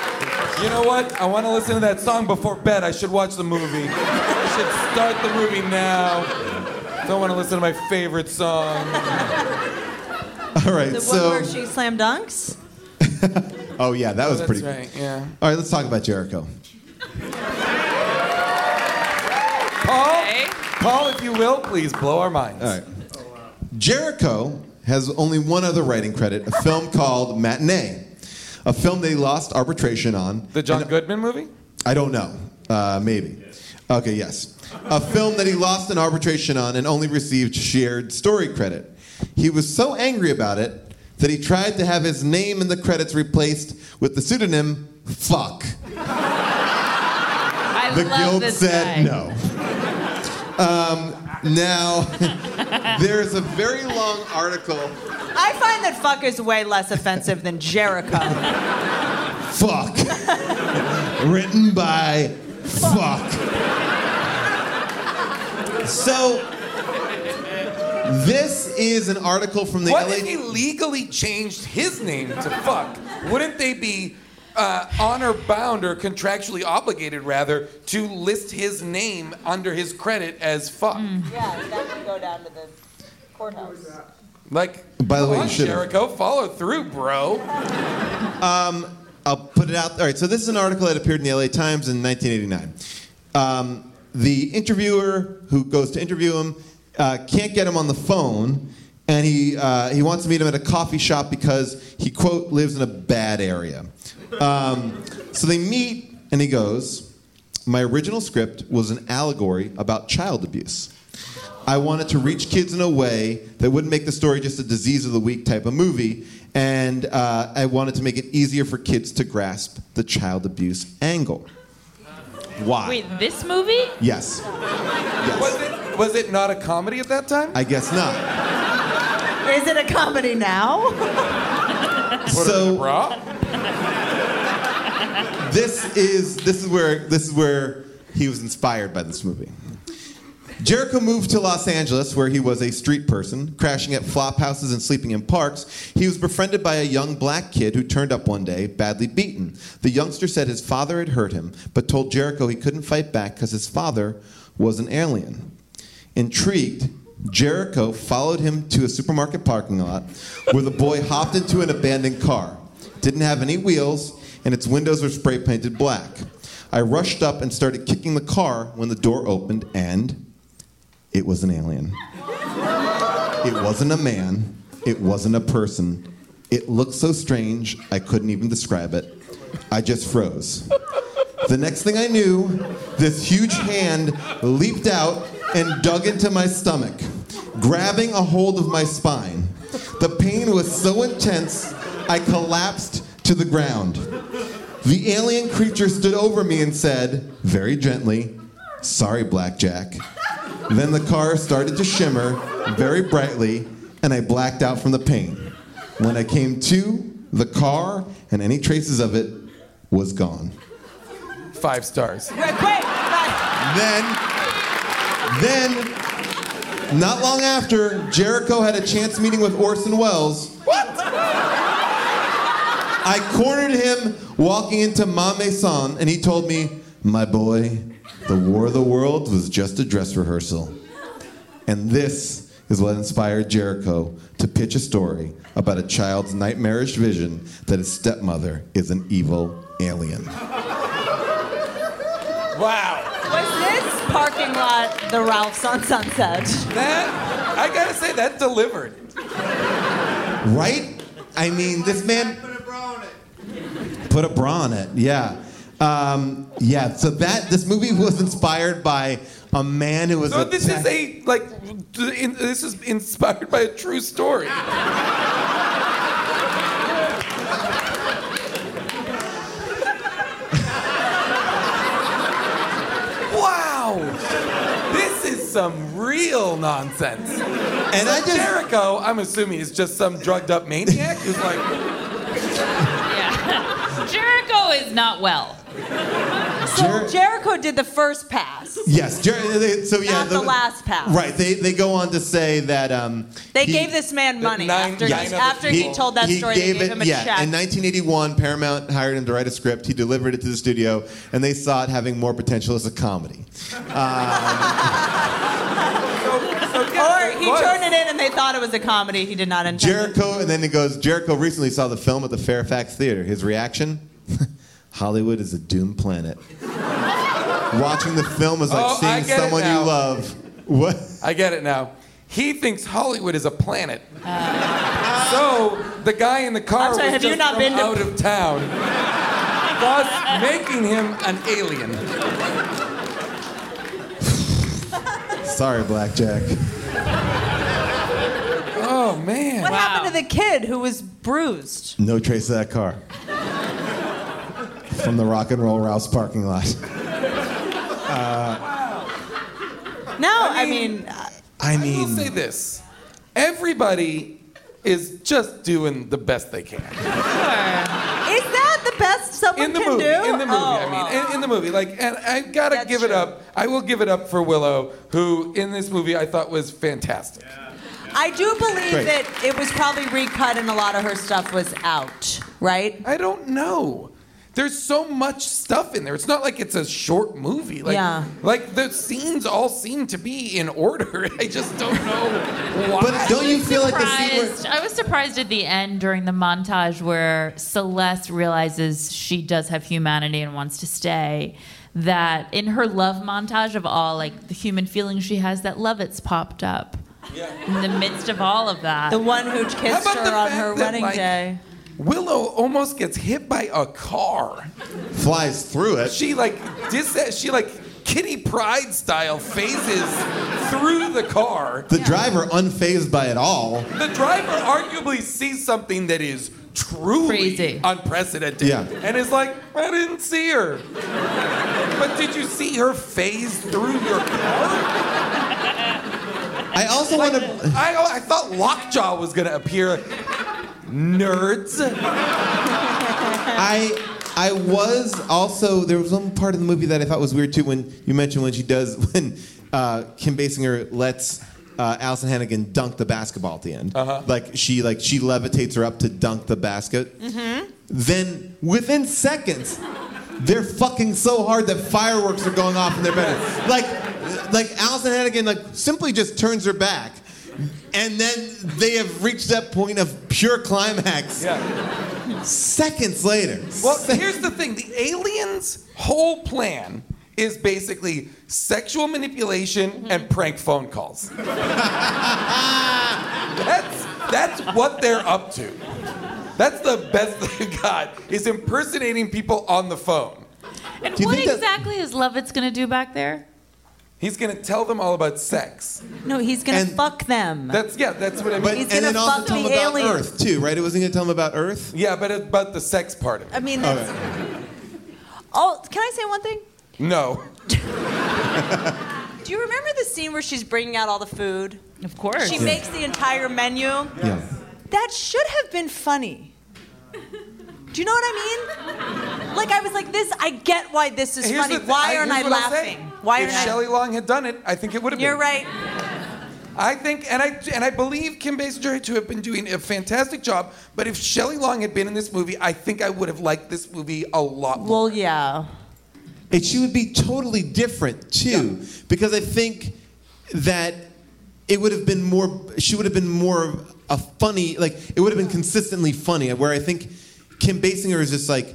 S4: You know what? I want to listen to that song before bed. I should watch the movie. I should start the movie now. Don't want to listen to my favorite song.
S2: All right,
S6: the
S2: so.
S6: one where she slam dunks.
S2: Oh, yeah, that was
S4: that's
S2: pretty
S4: right, yeah.
S2: All right, let's talk about Jericho.
S4: Paul, Paul, if you will, please blow our minds.
S2: All right. Jericho has only one other writing credit, a film called Matinee, a film they lost arbitration on.
S4: The John Goodman movie?
S2: I don't know. Uh, maybe. Okay, yes. A film that he lost an arbitration on and only received shared story credit. He was so angry about it that he tried to have his name in the credits replaced with the pseudonym Fuck.
S5: I
S2: the
S5: love
S2: guild
S5: this
S2: said
S5: guy.
S2: no. Um, now, there's a very long article
S6: I find that fuck is way less offensive than Jericho.
S2: fuck written by fuck so this is an article from the
S4: What
S2: LA
S4: if he legally changed his name to fuck? Wouldn't they be uh, honor bound or contractually obligated, rather, to list his name under his credit as fuck?
S2: Hmm.
S6: yeah, that would go down to the courthouse.
S4: Like,
S2: By the
S4: come
S2: way, you
S4: on,
S2: should've.
S4: Jericho, follow through, bro.
S2: Um, I'll put it out. All right, so this is an article that appeared in the LA Times in 1989. Um, the interviewer who goes to interview him uh, can't get him on the phone, and he, uh, he wants to meet him at a coffee shop because he, quote, lives in a bad area. Um, so they meet, and he goes, My original script was an allegory about child abuse. I wanted to reach kids in a way that wouldn't make the story just a disease of the week type of movie, and uh, I wanted to make it easier for kids to grasp the child abuse angle. Why?
S5: Wait, this movie?
S2: Yes,
S4: Was it, was it not a comedy at that time?
S2: I guess not.
S6: Is it a comedy now?
S2: so this is this is where this is where he was inspired by this movie. Jericho moved to Los Angeles, where he was a street person, crashing at flop houses and sleeping in parks. He was befriended by a young black kid who turned up one day, badly beaten. The youngster said his father had hurt him, but told Jericho he couldn't fight back because his father was an alien. Intrigued, Jericho followed him to a supermarket parking lot where the boy hopped into an abandoned car. Didn't have any wheels, and its windows were spray painted black. I rushed up and started kicking the car when the door opened, and it was an alien. It wasn't a man, it wasn't a person. It looked so strange, I couldn't even describe it. I just froze. The next thing I knew, this huge hand leaped out and dug into my stomach, grabbing a hold of my spine. The pain was so intense, I collapsed to the ground. The alien creature stood over me and said, very gently, Sorry, Blackjack. Then the car started to shimmer very brightly, and I blacked out from the pain. When I came to, the car and any traces of it was gone.
S4: Five stars.
S2: Then, then, not long after, Jericho had a chance meeting with Orson Welles. What? I cornered him walking into Ma Maison, and he told me, My boy, the War of the Worlds was just a dress rehearsal. And this is what inspired Jericho to pitch a story about a child's nightmarish vision that his stepmother is an evil alien.
S4: Wow.
S6: Was this parking lot the Ralph's on Sunset?
S4: That, I gotta say, that delivered.
S2: Right? I mean, this man. Put a bra on it. Yeah. Um, yeah. So that this movie was inspired by a man who was.
S4: So this is
S2: attacked-
S4: a like, d- in, this is inspired by a true story. wow. some real nonsense.
S2: And
S4: I just Jericho, I'm assuming, is just some drugged up maniac who's like,
S5: Jericho is not well.
S6: So Jericho did the first pass.
S2: Yes. Jer- uh, they- so yeah,
S6: Not the last pass.
S2: Right. They they go on to say that um,
S6: They
S2: he-
S6: gave this man money after, he,
S2: Yes.
S6: after he, told that
S2: he
S6: story. they gave
S2: it-
S6: him a
S2: yeah,
S6: check.
S2: In 1981, Paramount hired him to write a script. He delivered it to the studio, and they saw it having more potential as a comedy. Um,
S6: or he turned it in and they thought it was a comedy. He did not intend.
S2: Jericho, and then it goes. Jericho recently saw the film at the Fairfax Theater. His reaction: Hollywood is a doomed planet. Watching the film is like
S4: Oh, I
S2: seeing
S4: get it
S2: someone you
S4: now.
S2: love. What?
S4: I get it now. He thinks Hollywood is a planet. so the guy in the car
S6: I'm sorry,
S4: was
S6: have
S4: just
S6: you not
S4: from
S6: been to-
S4: out of town, thus making him an alien.
S2: Sorry, Blackjack.
S4: Oh man!
S6: What happened to the kid who was bruised?
S2: No trace of that car. From the Rock and Roll Rouse parking lot. Uh,
S6: No, I mean,
S2: I
S4: mean, will say this: everybody is just doing the best they can.
S6: is that the best someone
S4: in the
S6: can
S4: movie,
S6: do? Oh.
S4: in the movie, I mean, in, in the movie, like, and I gotta give it up. I will give it up for Willow, who in this movie I thought was fantastic.
S6: I do believe
S4: Great.
S6: that it was probably recut and a lot of her stuff was out, right?
S4: I don't know. There's so much stuff in there. It's not like it's a short movie. Like,
S6: Yeah.
S4: like the scenes all seem to be in order. I just don't know why.
S2: But don't you feel like
S5: Surprised. I was surprised at the end during the montage where Celeste realizes she does have humanity and wants to stay. That in her love montage of all like the human feelings she has, that Lovitz popped up in the midst of all of that.
S6: The one who kissed
S5: How about
S6: her
S5: the
S6: on
S5: fact
S6: her
S5: that,
S6: wedding
S5: like-
S6: day.
S4: Willow almost gets hit by a car.
S2: Flies through it.
S4: She like dis- she like Kitty Pride style phases through the car.
S2: the driver, unfazed by it all.
S4: The driver arguably sees something that is truly unprecedented
S2: Yeah.
S4: and is like, I didn't see her. but did you see her phase through your car?
S2: I also
S4: want to. I, I thought Lockjaw was going to appear. Nerds.
S2: I I was also there was one part of the movie that I thought was weird too when you mentioned when she does when uh, Kim Basinger lets uh, Allison Hannigan dunk the basketball at the end. Uh-huh. Like she like she levitates her up to dunk the basket.
S19: Mm-hmm.
S2: Then within seconds, they're fucking so hard that fireworks are going off in their bedroom. Like like Allison Hannigan like simply just turns her back. And then they have reached that point of pure climax. Seconds later.
S4: Well, here's the thing the aliens' whole plan is basically sexual manipulation and prank phone calls. that's, that's what they're up to. That's the best they got, is impersonating people on the phone.
S5: and
S4: Do you
S5: what
S4: think that-
S5: exactly is Lovitz gonna do back there?
S4: He's gonna tell them all about sex.
S6: No, he's gonna fuck them.
S4: That's yeah, that's what I mean.
S2: But, and then also tell them about Earth too, right? It wasn't gonna tell them about Earth.
S4: Yeah, but about the sex part of it.
S6: I mean, that's, oh, can I say one thing?
S4: No.
S6: Do you remember the scene where she's bringing out all the food?
S5: Of course.
S6: She
S5: Yeah.
S6: makes the entire menu.
S2: Yeah.
S6: That should have been funny. Do you know what I mean? Like I was like, this. I get why this is
S4: Here's
S6: funny.
S4: the thi-
S6: why
S4: I-
S6: aren't
S4: here's
S6: I
S4: what I'll say.
S6: laughing? Why
S4: if
S6: aren't I?
S4: Shelley Long had done it, I think it would have been.
S6: You're right.
S4: I think, and I and I believe Kim Basinger had to have been doing a fantastic job. But if Shelley Long had been in this movie, I think I would have liked this movie a lot more.
S6: Well, yeah.
S2: And she would be totally different too, because I think that it would have been more. She would have been more of a funny, like it would have been consistently funny. Where I think Kim Basinger is just like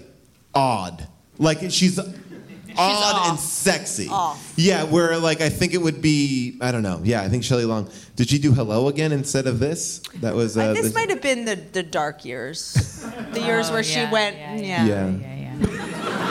S2: odd, like she's. Odd and sexy.
S19: Off.
S2: Yeah, where like I think it would be I don't know. Yeah, I think Shelley Long. Did she do Hello again instead of this? That was uh,
S6: This
S2: the-
S6: might have been the, the dark years, the years
S5: Oh,
S6: where she
S5: yeah,
S6: went. Yeah.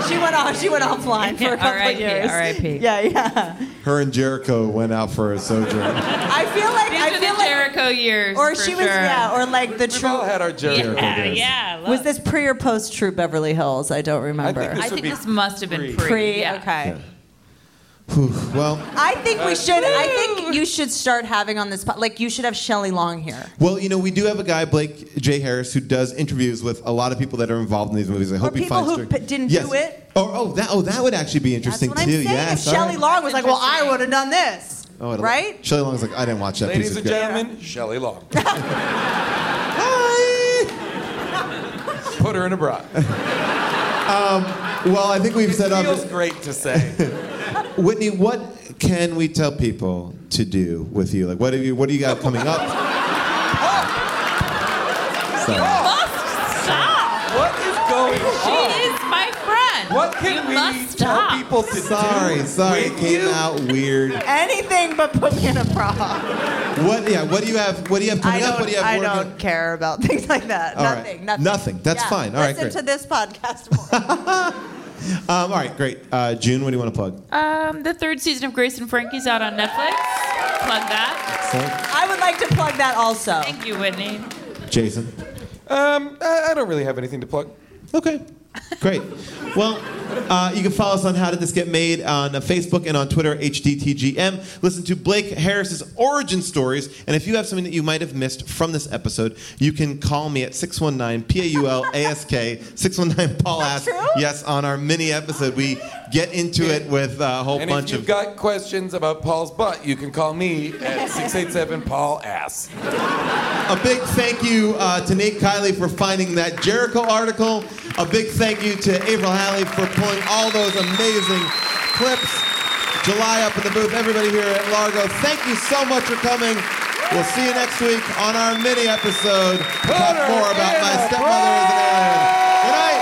S6: She went off. She went offline for a couple of
S5: R.I.P.,
S6: years.
S5: R.I.P..
S6: Yeah, yeah.
S2: her and Jericho went out for a sojourn.
S6: I feel like I
S5: These are
S6: feel
S5: the
S6: like
S5: Jericho years.
S6: Or
S5: for
S6: she was,
S5: sure.
S6: yeah, or like the true.
S4: all had our Jericho
S5: Yeah, days. yeah, love
S6: Was this pre or post True Beverly Hills? I don't remember.
S5: I think this must have been pre.
S6: Pre,
S5: yeah.
S6: okay.
S2: Whew, well,
S6: I think we should. I think you should start having on this. po- Like you should have Shelley Long here.
S2: well, you know, we do have a guy, Blake J. Harris, who does interviews with a lot of people that are involved in these movies. I hope
S6: or
S2: he
S6: people
S2: finds.
S6: who
S2: during-
S6: p- didn't
S2: Yes.
S6: do it.
S2: Or oh, that oh, that would actually be interesting
S6: That's what
S2: too.
S6: I'm saying.
S2: yes.
S6: if
S2: all
S6: Shelley
S2: right.
S6: Long was like, "Well, I would have done this,"
S2: Oh, it'll-
S6: right?
S2: Shelley Long's like, I didn't watch that
S4: Ladies
S2: piece of
S4: and gentlemen, Shelley Long. Put her in a bra.
S2: Um, well, I think we've set up.
S4: Feels great to say.
S2: Whitney, what can we tell people to do with you? Like, what have you? What do you got coming up? Sorry.
S5: Stop!
S4: What is going
S5: She
S4: on?
S5: is my friend.
S4: What can
S5: you
S4: we
S5: must
S4: tell
S5: stop.
S4: people to
S2: Sorry,
S4: do
S2: sorry, it
S4: with
S2: came
S4: you?
S2: out weird.
S6: Anything but put me in a bra.
S2: What? Yeah. What do you have? What do you have
S6: I
S2: coming up? What
S6: don't.
S2: do you have
S6: I
S2: working?
S6: don't care about things like that.
S2: All right.
S6: nothing, nothing.
S2: Nothing. That's
S6: Yeah.
S2: fine. All right,
S6: Listen
S2: great.
S6: to this podcast more.
S2: Um, all right, great. Uh, June, what do you want to plug?
S5: Um, the third season of Grace and Frankie's out on Netflix. Plug that.
S2: Excellent.
S6: I would like to plug that also.
S5: Thank you, Whitney.
S2: Jason.
S4: Um, I, I don't really have anything to plug.
S2: Okay. Great. Well, uh, you can follow us on How Did This Get Made on uh, Facebook and on Twitter, HDTGM. Listen to Blake Harris's origin stories. And if you have something that you might have missed from this episode, you can call me at 619 P A U L A S K, 619 Paul Ask. Yes, on our mini episode. We get into it with uh, a whole
S4: and
S2: bunch
S4: if you've
S2: of.
S4: got questions about Paul's butt, you can call me at 687 Paul Ass.
S2: A big thank you uh, to Nate Kiley for finding that Jericho article. A big thank you to April Halley for pulling all those amazing clips. July up in the booth, everybody here at Largo, thank you so much for coming. We'll see you next week on our mini episode. to Talk more about my stepmother as an alien. Good night.